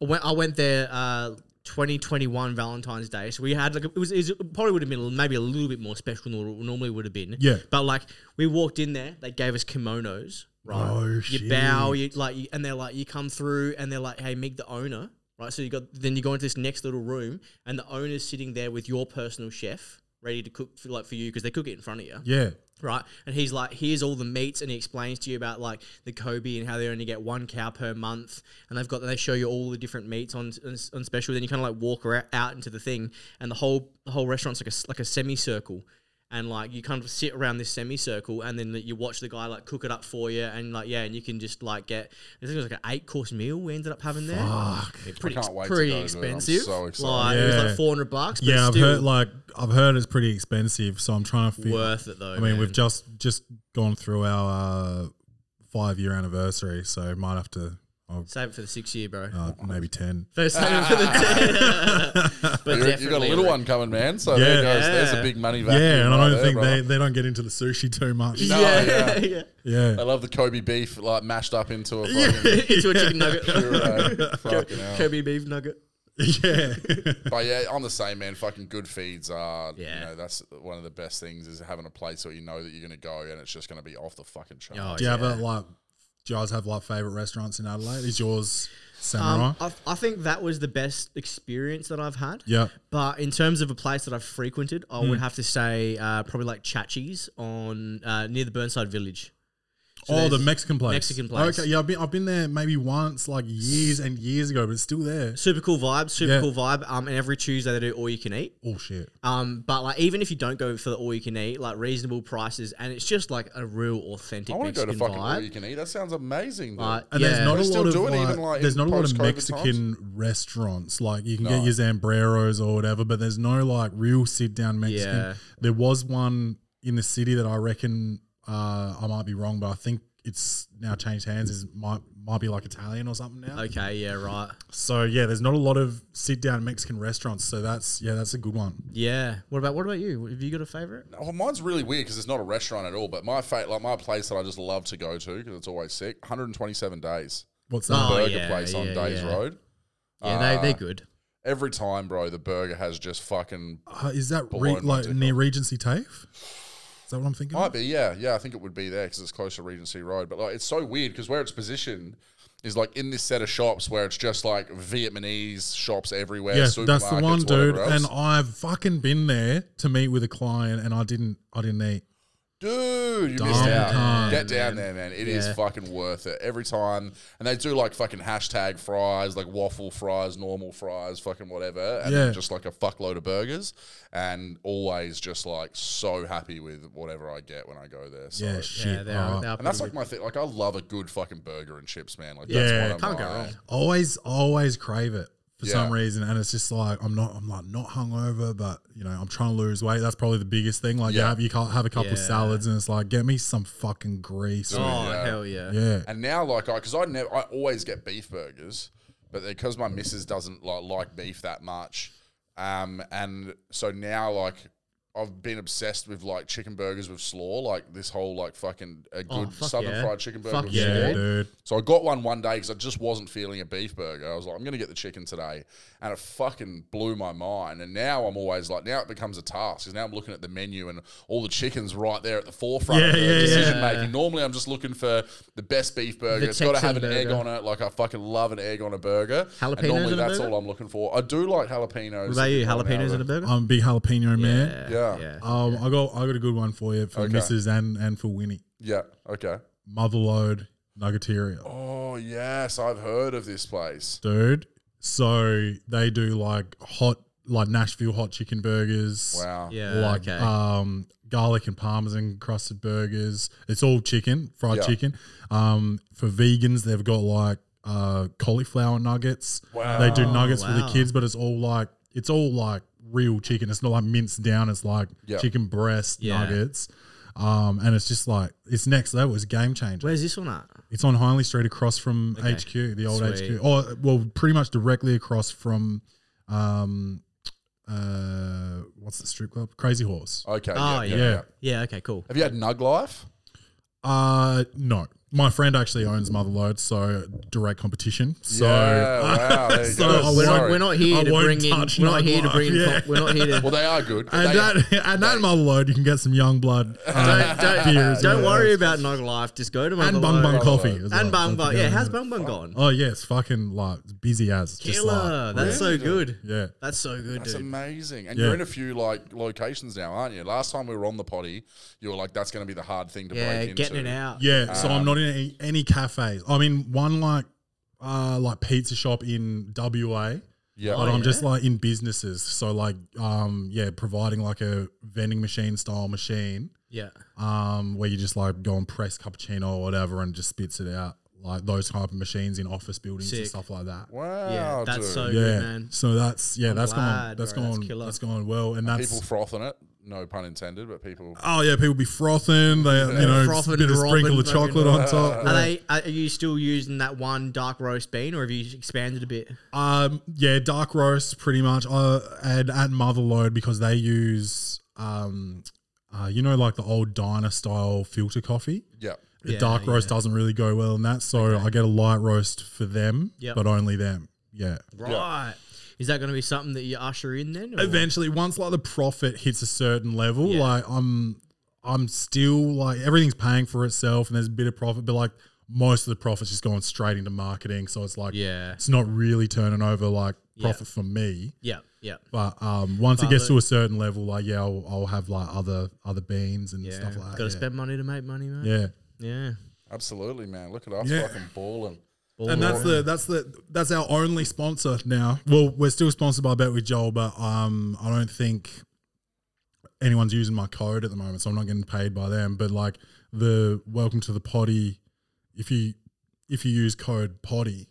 I went I went there uh 2021 Valentine's Day. So we had like it was, it was- it probably would have been maybe a little bit more special than what it normally would have been.
Yeah.
But like we walked in there, they gave us kimonos. Right.
Oh,
you
shit.
bow, you like you, and they're like you come through and they're like, hey, meet the owner. Right. So you got then you go into this next little room and the owner's sitting there with your personal chef ready to cook for like for you because they cook it in front of you
Yeah.
right? And he's like, here's all the meats, and he explains to you about like the Kobe and how they only get one cow per month, and they've got they show you all the different meats on on, on special. Then you kind of like walk ar- out into the thing, and the whole the whole restaurant's like a s- like a semicircle. And like you kind of sit around this semicircle, and then you watch the guy like cook it up for you, and like yeah, and you can just like get. I think it was like an eight course meal we ended up having there. It's Pretty,
I can't wait to
pretty
go, dude. I'm
expensive.
so excited.
Like, It was
Yeah.
like four hundred bucks. But
Yeah, I've
still
heard like I've heard it's pretty expensive, so I'm trying to figure.
worth it though.
I mean, we've just just gone through our uh, five year anniversary, so might have to oh,
save it for the six year, bro.
uh, maybe ten.
They're saving for the ten. but
You're- you got a
definitely,
little
like,
one coming, man. So
Yeah.
there goes. There's a
Yeah.
big money vacuum.
Yeah, and I
right
don't
there,
think
brother.
they, they don't get into the sushi too much.
No, yeah.
yeah.
Yeah.
I love the Kobe beef like mashed up into a fucking
Into a chicken nugget.
puree. Fucking hell.
Kobe beef nugget.
Yeah.
But yeah, I'm the same man. Fucking good feeds are. You
Yeah.
know, that's one of the best things is having a place where you know that you're going to go and it's just going to be off the fucking chart.
Oh,
Do you have a like do you guys have like favorite restaurants in Adelaide? Is yours Samurai?
Um, I, I think that was the best experience that I've had.
yeah. Hmm.
But in terms of a place that I've frequented, I would have to say uh, probably like Chachi's on uh, near the Burnside Village.
Oh, the
there's
Mexican place.
Mexican place.
Okay, yeah, I've been I've been there maybe once, like years and years ago, but it's still there.
Super cool vibe, super
Yeah.
cool vibe. Um, and every Tuesday they do all you can eat.
Oh shit.
Um, but like even if you don't go for the all you can eat, like reasonable prices, and it's just like a real authentic
I want to go
Mexican
to fucking where you
Oh, vibe.
can eat. That sounds amazing. dude.
Like,
And
yeah,
there's not
They
a
still
lot of
do it
like,
even, like,
there's
in
not a lot of
post-COVID
Mexican restaurants. Like you can
No.
get your Zambreros or whatever, but there's no like real sit down Mexican.
Yeah.
There was one in the city that I reckon uh, I might be wrong, but I think it's now changed hands. Is might might be like Italian or something now.
okay, yeah, right,
So yeah, there's not a lot of sit down Mexican restaurants. So that's yeah, that's a good one.
yeah. What about what about you? Have you got a favorite?
Well, mine's really weird because it's not a restaurant at all. But my fa- like my place that I just love to go to because it's always sick. 127 days
What's
Oh,
that?
burger
yeah,
place on
yeah,
Days
yeah.
Road.
Yeah,
Uh,
they they're good.
Every time, bro, the burger has just fucking
Uh, is that re-
Blown my
like
dick
near Regency TAFE? Is that what I'm thinking?
Might be, yeah, yeah. I think it would be there because it's close to Regency Road. But like, it's so weird because where it's positioned is like in this set of shops where it's just like Vietnamese shops everywhere.
Yes, that's the
supermarkets,
one, dude.
whatever else.
And I've fucking been there to meet with a client, and I didn't, I didn't eat.
dude, you
Dumb
missed out.
time,
Get down there, man. It is
Yeah.
fucking worth it every time. And they do like fucking hashtag fries, like waffle fries, normal fries, fucking whatever, and
Yeah.
then just like a fuckload of burgers. And always just like so happy with whatever I get when I go there. So.
Yeah,
Yeah,
shit. uh,
they are.
alright.
They are
And that's
pretty
like my thing. Like I love a good fucking burger and chips, man. Like that's
Yeah,
one of
can't
my,
go wrong.
always, always crave it for
Yeah.
some reason, and it's just like I'm not, I'm like not hungover, but you know, I'm trying to lose weight. That's probably the biggest thing. Like, you
Yeah.
have you can't have a couple of
Yeah.
salads, and it's like, get me some fucking grease.
good. oh
yeah.
hell yeah.
Yeah,
And now, like, I because I never, I always get beef burgers, but because my missus doesn't like like beef that much, um, and so now like. I've been obsessed with like chicken burgers with slaw, like this whole like fucking a good
Oh, fuck
southern
yeah.
fried chicken burger.
Fuck
with
yeah.
slaw.
yeah, dude.
So I got one one day because I just wasn't feeling a beef burger. I was like, I'm going to get the chicken today. And it fucking blew my mind. And now I'm always like, now it becomes a task because now I'm looking at the menu and all the chicken's right there at the forefront of
Yeah,
the
yeah, yeah.
decision making. Normally I'm just looking for the best beef burger.
The
it's got to have an
Texan
egg on
burger.
it. Like I fucking love an egg on a burger.
Jalapenos
and normally
in a
that's
burger?
all I'm looking for. I do like jalapenos.
What about you? Jalapenos and a
burger?
burger?
I'm a big jalapeno Oh, man.
Yeah. Uh,
yeah.
Um, I got, I got a good one for you for
Okay.
Mrs. and and for Winnie.
Yeah. Okay.
Motherload Nuggeteria.
Oh, yes. I've heard of this place.
dude. So they do like hot, like Nashville hot chicken burgers.
Wow.
Yeah,
Like
okay.
um, garlic and parmesan crusted burgers. It's all chicken, fried
Yeah.
chicken. Um, for vegans, they've got like uh, cauliflower nuggets. They do
Wow.
nuggets for the
Oh, Wow.
kids, but it's all like it's all like real chicken. It's not like minced down. It's like
Yeah.
chicken breast
Yeah.
nuggets. Um, and it's just like it's next level. It's game changer.
Where's this one
uh,
at?
It's on Hindley Street across from HQ, the old
Sweet.
HQ. Or well, pretty much directly across from um uh what's the strip club? Crazy Horse.
Okay.
Oh, yeah.
yeah.
Yeah, okay, cool.
Have you had Nug Life?
Uh no. My friend actually owns Motherload, so direct competition. So
yeah, wow, there you
so
go.
I
Oh, We're not,
Uh, Sorry.
we're not here
I
to
won't
bring in.
touch
We're not here to
nightlife,
bring in.
yeah.
We're not here to.
Well, they are good.
and
They-
that and that Motherload you can get some young blood uh,
don't don't,
beers.
don't
yeah.
worry about Nog Life. Just go to my
and Bung Bung
Motherload.
Coffee.
And
as well.
And Bung
Don't
Bung.
forget
Yeah,
about
how's
it.
Bung Bung gone?
Oh yeah, it's fucking like it's busy as just
Killer.
like,
That's so good.
yeah.
That's so good,
That's
dude.
amazing. And
Yeah.
you're in a few like locations now, aren't you? Last time we were on the potty, you were like, "That's going to be the hard thing to
Yeah,
break into."
getting it out.
Yeah, so I'm not in any, any cafes. I'm in one like uh like pizza shop in WA,
Yeah.
but
Oh,
I'm
yeah?
just like in businesses. So like um yeah, providing like a vending machine style machine
Yeah.
um where you just like go and press cappuccino or whatever and just spits it out. Like those type of machines in office buildings and
Sick.
stuff like that.
Wow,
Yeah, that's
dude.
so
Yeah.
good, man.
So that's yeah, that's gone
glad,
that's
bro. That's
gone
killer.
that's gone well and that's
people frothing it. No pun intended, but people.
Oh yeah, people be frothing. They, you know,
Frothing,
bit of sprinkle
robbing,
of chocolate on top.
Are
yeah.
they? Are you still using that one dark roast bean, or have you expanded a bit?
Um, yeah, dark roast pretty much. Uh, and at Motherload because they use um, uh, you know, like the old diner style filter coffee.
Yeah.
The
Yeah,
dark roast doesn't really go well in that, so I get a light roast for them,
Yep.
but only them. Yeah.
Right. Is that going to be something that you usher in then? or-
Eventually, once like the profit hits a certain level,
Yeah.
like I'm, I'm still like everything's paying for itself, and there's a bit of profit, but like most of the profits just going straight into marketing, so it's like
Yeah.
it's not really turning over like profit for me.
Yeah. Yeah.
But um, once it gets to a certain level, like yeah, I'll, I'll have like other other beans and
Yeah.
Mm,
stuff like
Got to
that.
spend money to make money, man.
yeah.
Yeah.
Absolutely, man. Look at us
Yeah.
fucking balling.
And that's the that's the that's our only sponsor now. Well, we're still sponsored by Bet with Joel, but um, I don't think anyone's using my code at the moment, so I'm not getting paid by them. But like the welcome to the potty, if you if you use code potty,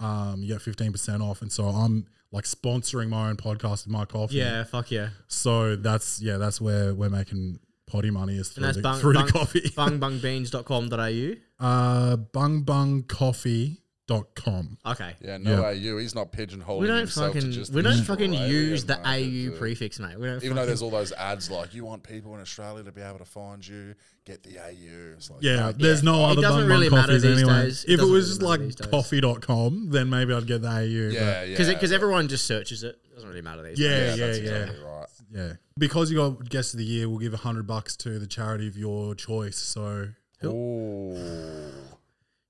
um, you get fifteen percent off. And so I'm like sponsoring my own podcast with my coffee.
Yeah, fuck yeah.
So that's yeah, that's where we're making potty money is
And
through,
that's
the,
bung,
through
bung,
the coffee.
bungbungbeans.com.au.
Uh, bungbungcoffee.com.
Okay.
Yeah, no
Yeah.
AU. He's not pigeonholing
We don't
himself to
fucking
just
we
the
don't
general
fucking
alien
use the
market,
AU
uh,
prefix, mate. We don't
Even though
fucking-
there's all those ads like you want people in Australia to be able to find you, get the AU. It's like
Yeah, there's no
It
other
doesn't
Bung
really
Bung
matter
coffees
these
anyway.
days. It
if it
doesn't
was
really
just
matter
like
these days.
coffee.com, then maybe I'd get the AU.
yeah, yeah,
because because everyone just searches it. Doesn't really matter these
Yeah,
days.
yeah, yeah.
that's exactly right.
yeah. Because you got guest of the year, we'll give a hundred bucks to the charity of your choice. So
Ooh.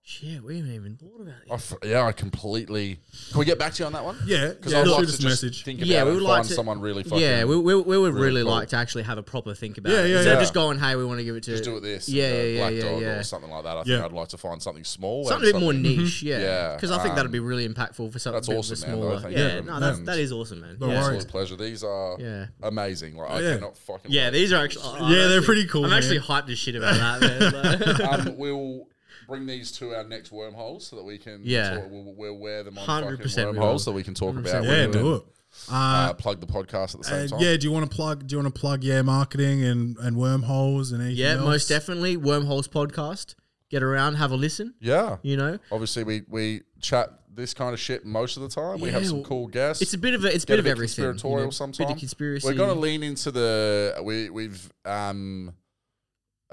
Shit, we haven't even thought about it.
I f- yeah, I completely. Can we get back to you on that one?
yeah,
because
yeah,
I'd like
shoot
to
us
just
a message.
think about
Yeah, we
it
would
and
like
find
to.
someone really fucking.
yeah, we, we, we would
really
really,
cool.
like to actually have a proper think about
Yeah,
it
yeah,
instead
yeah.
of just going, "Hey, we want to give it to
just do it this.
Yeah,
you know,
yeah,
Black
yeah,
Dog
yeah.
or something like that. I think
Yeah.
I'd like to find something small, and
something a bit more niche." Yeah,
Yeah,
because I think that'd
um,
be really impactful for something
that's
a bit of a
awesome, man, though,
smaller.
thank you
yeah,
very
no,
much.
that's, that is awesome, man.
Don't
yeah.
worry.
Absolute pleasure. These are
Yeah.
amazing. Like, I
Yeah.
cannot fucking.
Yeah, these are actually. I- I'm
Yeah, they're
actually-
pretty cool,
I'm
man.
actually hyped as shit about that. Man.
um, we'll bring these to our next wormholes so that we can.
Yeah.
talk- we'll, we'll wear them on
100%
fucking
we
wormholes
will.
that we can talk about.
yeah,
when
do
we
it. Uh,
Uh, plug the podcast at the same
and
time.
yeah, do you want to plug? Do you want to plug? Yeah, marketing and and wormholes and anything.
yeah,
else?
most definitely. Wormholes podcast. Get around, have a listen.
Yeah.
You know,
Obviously, we we chat this kind of shit most of the time. We have
Yeah,
some
well,
cool guests.
it's a bit of a, it's a
Get
bit of everything. you know,
conspiratorial sometimes.
Bit of conspiracy.
We're gonna lean into the we we've um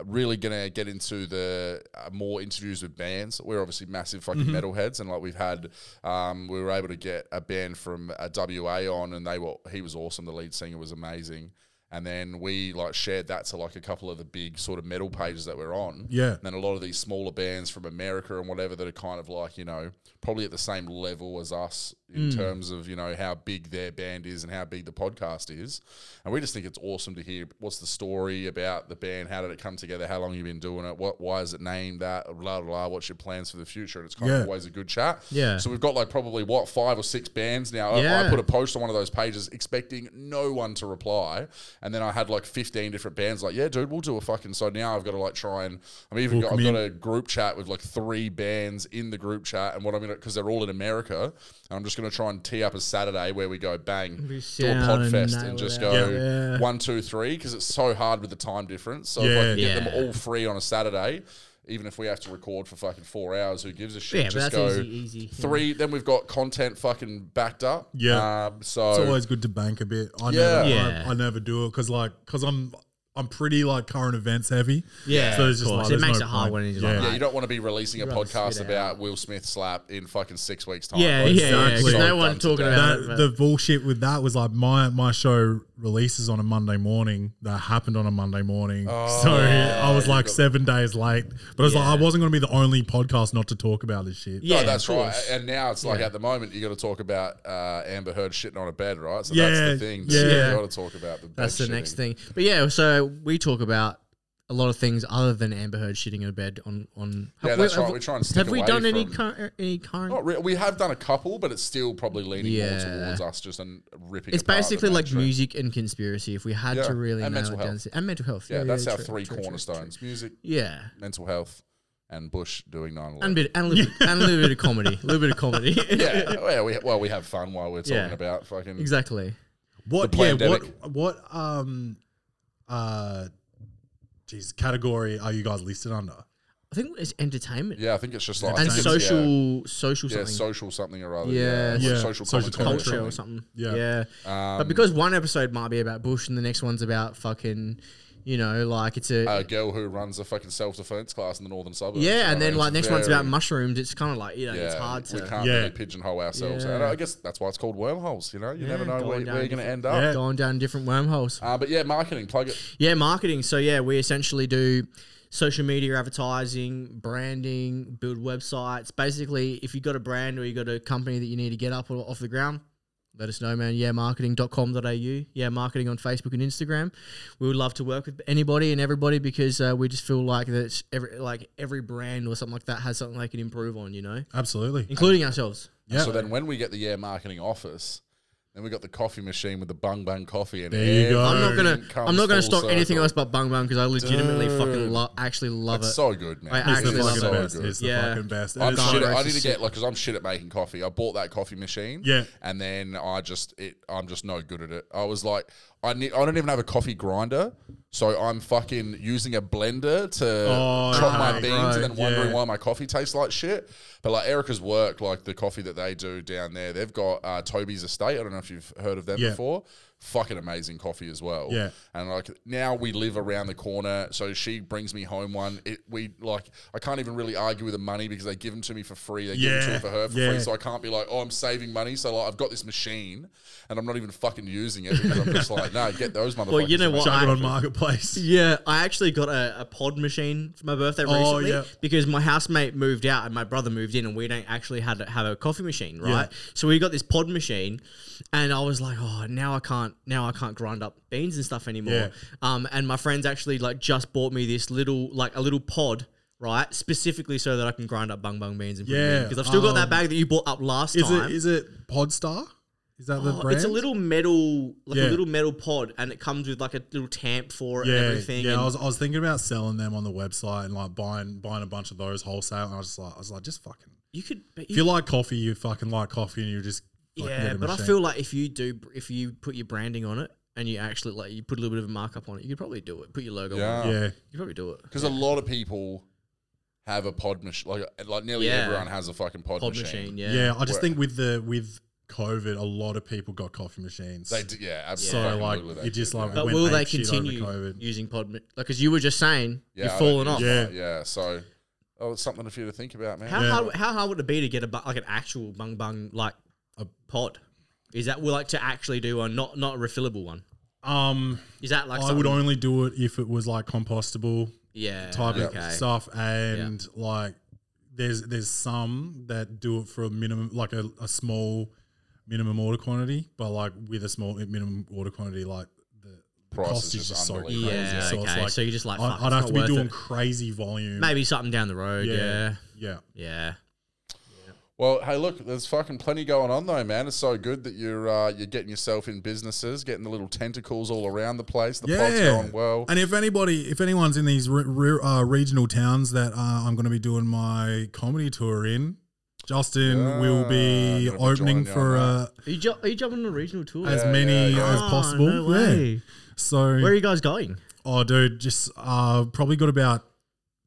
really gonna get into the uh, more interviews with bands. We're obviously massive fucking
Mm-hmm.
metalheads, and like we've had, um, we were able to get a band from uh, WA on, and they were he was awesome. The lead singer was amazing. And then we like shared that to like a couple of the big sort of metal pages that we're on.
Yeah.
And then a lot of these smaller bands from America and whatever that are kind of like, you know, probably at the same level as us in
Hmm.
terms of, you know, how big their band is and how big the podcast is. And we just think it's awesome to hear what's the story about the band, how did it come together, how long you been doing it, what why is it named that, blah blah blah, what's your plans for the future? And it's kind
Yeah.
of always a good chat.
Yeah.
So we've got like probably what, five or six bands now. I- I
Yeah.
put a post on one of those pages expecting no one to reply. And then I had like 15 different bands like, yeah, dude, we'll do a fucking. So now I've got to like try and I'm even got, I've got a group chat with like three bands in the group chat. And what I'm going to, because they're all in America. And I'm just going to try and tee up a Saturday where we go bang, do a
sound
pod
and
fest
nail
and just
it
go
out. Yeah.
one, two, three, because it's so hard with the time difference. So if I can
Yeah.
get them
Yeah.
all free on a Saturday, even if we have to record for fucking four hours, who gives a shit?
Yeah, but
just
that's
go
easy, easy.
three. Then we've got content fucking backed up.
Yeah.
Um, so
It's always good to bank a bit. I never,
Yeah.
I, I never do it because like because I'm I'm pretty like current events heavy.
Yeah,
so it's
of
just
course.
like
It
there's
makes
no
it hard
point.
when it's
yeah.
like
yeah, you don't want to be releasing a
You'd rather
podcast
spit it out.
about Will Smith slap in fucking six weeks time.
Yeah, yeah,
Like,
yeah. Because
Exactly.
no one's talking about
That-
it. but-
the bullshit with that was like my my show releases on a Monday morning. That happened on a Monday morning, so
Oh,
I was like seven days late. But I was like, I wasn't going to be the only podcast not to talk about this shit.
yeah,
No, oh, that's
of
right.
course.
And now it's like at the moment you got to talk about uh, Amber Heard shitting on a bed, right? So
Yeah,
that's the thing.
yeah.
you got to talk about the.
That's the
bed
next
shitting.
thing. But yeah, so we talk about a lot of things other than Amber Heard shitting in a bed on on.
Yeah,
have-
that's
have-
right. We try and stick
Have we
away
done any
from-
current any current?
Not re- we have done a couple, but it's still probably leaning
Yeah.
more towards us just and ripping.
It's
apart the
basically like
mainstream.
music and conspiracy. If we had
Yeah,
to really
and
nail
mental
it
health.
down, to- and mental health.
Yeah, that's our
true,
three
true, true,
cornerstones: music,
true. Yeah,
mental health, and Bush doing nine eleven.
and a bit and a little, bit, and a little bit of comedy, a little bit of comedy.
yeah, yeah we, well, we have fun while we're talking
Yeah.
about fucking.
exactly.
What?
The
Yeah.
pandemic.
What? What? Um. Uh. Geez, category are you guys listed under?
I think it's entertainment
Yeah, I think it's just like
and
it's-
social
yeah,
social
yeah,
something.
social something or other.
Yeah,
Yeah,
Yeah,
Like social,
social
commentary
commentary.
culture
or
or
something.
something.
Yeah.
Yeah.
Um,
but because one episode might be about Bush and the next one's about fucking, you know, like it's a.
A girl who runs a fucking self defense class in the northern suburbs. you know,
yeah, and then
it's
like next one's
very-
about mushrooms. It's kind of like, you know, it's
yeah,
hard to.
We can't
Yeah.
really pigeonhole ourselves.
Yeah.
And I guess that's why it's called wormholes, you know? You never
Yeah,
know
going
where,
down
where you're going to
different-
end up.
Yeah.
Going down different wormholes.
Uh, but yeah, marketing, plug it.
Yeah, marketing. So yeah, we essentially do social media advertising, branding, build websites. Basically, if you've got a brand or you've got a company that you need to get up or off the ground, let us know, man. Yeah, marketing.com.au. Yeah, marketing on Facebook and Instagram. We would love to work with anybody and everybody because uh, we just feel like that it's every like every brand or something like that has something they can improve on, you know,
Absolutely.
including ourselves.
Yeah.
So then when we get the yeah marketing office, then we got the coffee machine with the bung bung coffee and
There you go.
I'm not gonna.
everything comes
I'm not gonna
full
stock anything
circle.
else but Bung Bung because I legitimately fucking lo- actually love
It's
it.
so good, man.
I
It's
It's the
actually love
fucking
so
best.
good.
It's the
Yeah.
fucking best.
I'm
It's
can't
shit at- I
racist
need to
shit.
get like because I'm shit at making coffee. I bought that coffee machine,
Yeah.
and then I just it. I'm just no good at it. I was like, I need, I don't even have a coffee grinder, so I'm fucking using a blender to
Oh,
chop my
right,
beans, and
right,
then wondering
yeah.
why my coffee tastes like shit. But like Erica's work, like the coffee that they do down there, they've got uh, Toby's Estate. I don't know if you've heard of them
Yeah.
before. Fucking amazing coffee as well.
Yeah.
And like now we live around the corner, so she brings me home one. It we like I can't even really argue with the money because they give them to me for free. They give them to
Yeah,
me for her for
yeah.
free, so I can't be like, oh, I'm saving money. So like I've got this machine, and I'm not even fucking using it because I'm just like, no, get those motherfuckers.
you know
mate."
what?
Chuck it
I-
on marketplace.
Yeah, I actually got a, a pod machine for my birthday
Oh,
recently
yeah.
because my housemate moved out and my brother moved in and we don't actually had to have a coffee machine, right? So we got this pod machine and I was like, oh, now I can't now I can't grind up beans and stuff anymore.
Yeah.
Um and my friends actually like just bought me this little like a little pod Right, specifically so that I can grind up bung bung beans and
Yeah,
because I've still got
um,
that bag that you bought up last
Is
time.
it is it Podstar? Is that the
Oh,
brand?
It's a little metal, like
Yeah.
a little metal pod, and it comes with like a little tamp for it
yeah,
and everything.
Yeah,
and-
I was, I was thinking about selling them on the website and like buying buying a bunch of those wholesale. And I was just like, I was like, just fucking.
you could, but
If you like coffee, you fucking like coffee, and you just fucking
yeah,
get a
but I
machine.
feel like if you do, if you put your branding on it and you actually like you put a little bit of a markup on it, you could probably do it. Put your logo on it,
Yeah.
yeah,
you could probably do it.
Because a lot of people have a pod machine. Like like nearly
Yeah.
everyone has a fucking pod,
Pod
machine.
machine, yeah.
yeah, I just
Where-
think with the with COVID, a lot of people got coffee machines.
They do, yeah,
so
absolutely.
like,
They
you just
do,
like.
yeah.
But
went
will they
ape shit over
continue
COVID.
using pod? Like, because you were just saying you're
Yeah, I don't
falling
use
off.
Yeah.
that. yeah. So, oh, it's something for you to think about, man.
How
Yeah.
hard? How hard would it be to get a bu- like an actual bung bung like a pod? Is that we like to actually do one, not not a refillable one?
Um,
Is that like
I would
something-
only do it if it was like compostable
yeah
type
okay.
of stuff, and like there's there's some that do it for a minimum, like a, a small minimum order quantity, but like with a small minimum order quantity, like the
Price
cost
is
is
just
just so crazy.
unbelievable.
Yeah,
so it's
okay.
like
so you're just like,
I,
fuck,
would
it's
have to
not
be
worth
doing
it.
crazy volume.
maybe something down the road.
Yeah.
Yeah,
Yeah.
yeah.
Well, hey, look, there's fucking plenty going on though, man. It's so good that you're uh, you're getting yourself in businesses, getting the little tentacles all around the place. The pod's going well.
And if anybody, if anyone's in these re- re- uh, regional towns that uh, I'm going to be doing my comedy tour in, Justin will be
Yeah, I'm gonna be
opening
joining you
for
on
uh,
Are you, jo- are you jumping on a regional tour?
as many
yeah,
as
Oh,
possible.
no
Yeah.
way.
So,
Where are you guys going?
oh, dude, just uh, probably got about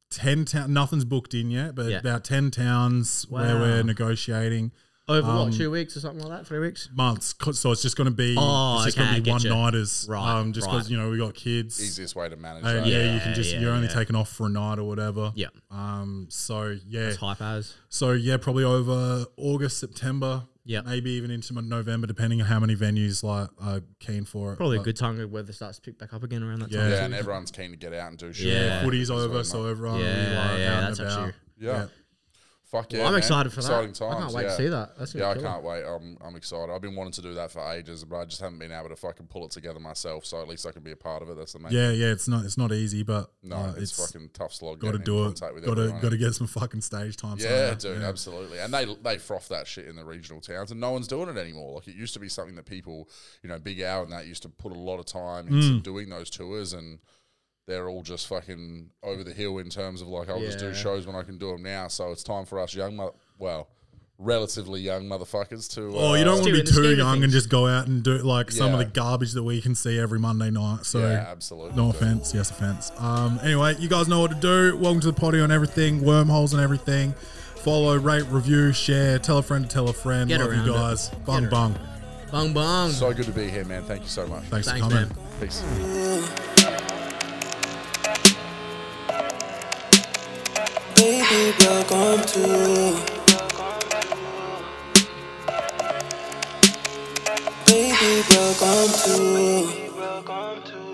ten town. Nothing's booked in yet, but
Yeah.
about ten towns where
Wow.
we're negotiating
Over
Um,
what? Two weeks or something like that? Three weeks?
months. Co- So it's just going to be
Oh,
it's just
okay,
going to be
I
one
get you.
nighters,
Right,
Um, just because
right.
you know we got kids.
Easiest way to manage
And
that.
yeah, you
Oh, Yeah,
can just
yeah,
you're only
yeah.
taking off for a night or whatever.
Yeah.
Um. So yeah.
Type as.
So yeah, probably over August, September.
Yeah.
Maybe even into my November, depending on how many venues like are keen for it.
Probably a
But
good time when weather starts to pick back up again around that
Yeah.
time.
Yeah, and everyone's keen to get out and do shit.
Yeah.
Footy's
It's
over,
really
so
nice.
everyone will be
Yeah,
like
yeah,
out
that's
and
actually-
about.
yeah. Fuck yeah.
I'm
man.
excited for that.
Exciting
I
times.
can't wait
yeah.
to see that. That's gonna
Yeah, I
be cool.
can't wait. I'm, I'm excited. I've been wanting to do that for ages, but I just haven't been able to fucking pull it together myself. So at least I can be a part of it. That's the main.
Yeah, yeah, it's not it's not easy, but
No,
Oh,
uh,
it's,
it's,
fucking tough slog.
got to
getting in
do it.
contact with
Got to
everyone.
got to get some fucking stage time.
Yeah,
somewhere.
dude, absolutely. And they they froth that shit in the regional towns, and no one's doing it anymore. Like it used to be something that people, you know, Big Al and that used to put a lot of time
Mm.
into doing those tours, and they're all just fucking over the hill in terms of like I'll just do
Yeah.
shows when I can do them now. So it's time for us young, mo- well, relatively young motherfuckers to.
Oh, you
uh,
don't want
do
to
it
be
in the scheme
too
of
young and
things.
just go out and do like some of the
Yeah.
garbage that we can see every Monday night. So
Yeah, absolutely.
No
dude.
offense, yes offense. Um, anyway, you guys know what to do. Welcome to the potty on everything, wormholes and everything. Follow, rate, review, share, tell a friend to tell a friend.
Get
Love you
around it.
guys. Bung
Get
bung.
Bung bung.
So good to be here, man. Thank you so much.
Thanks,
Thanks,
for coming.
man.
Peace.
Baby, welcome to. Baby, welcome to.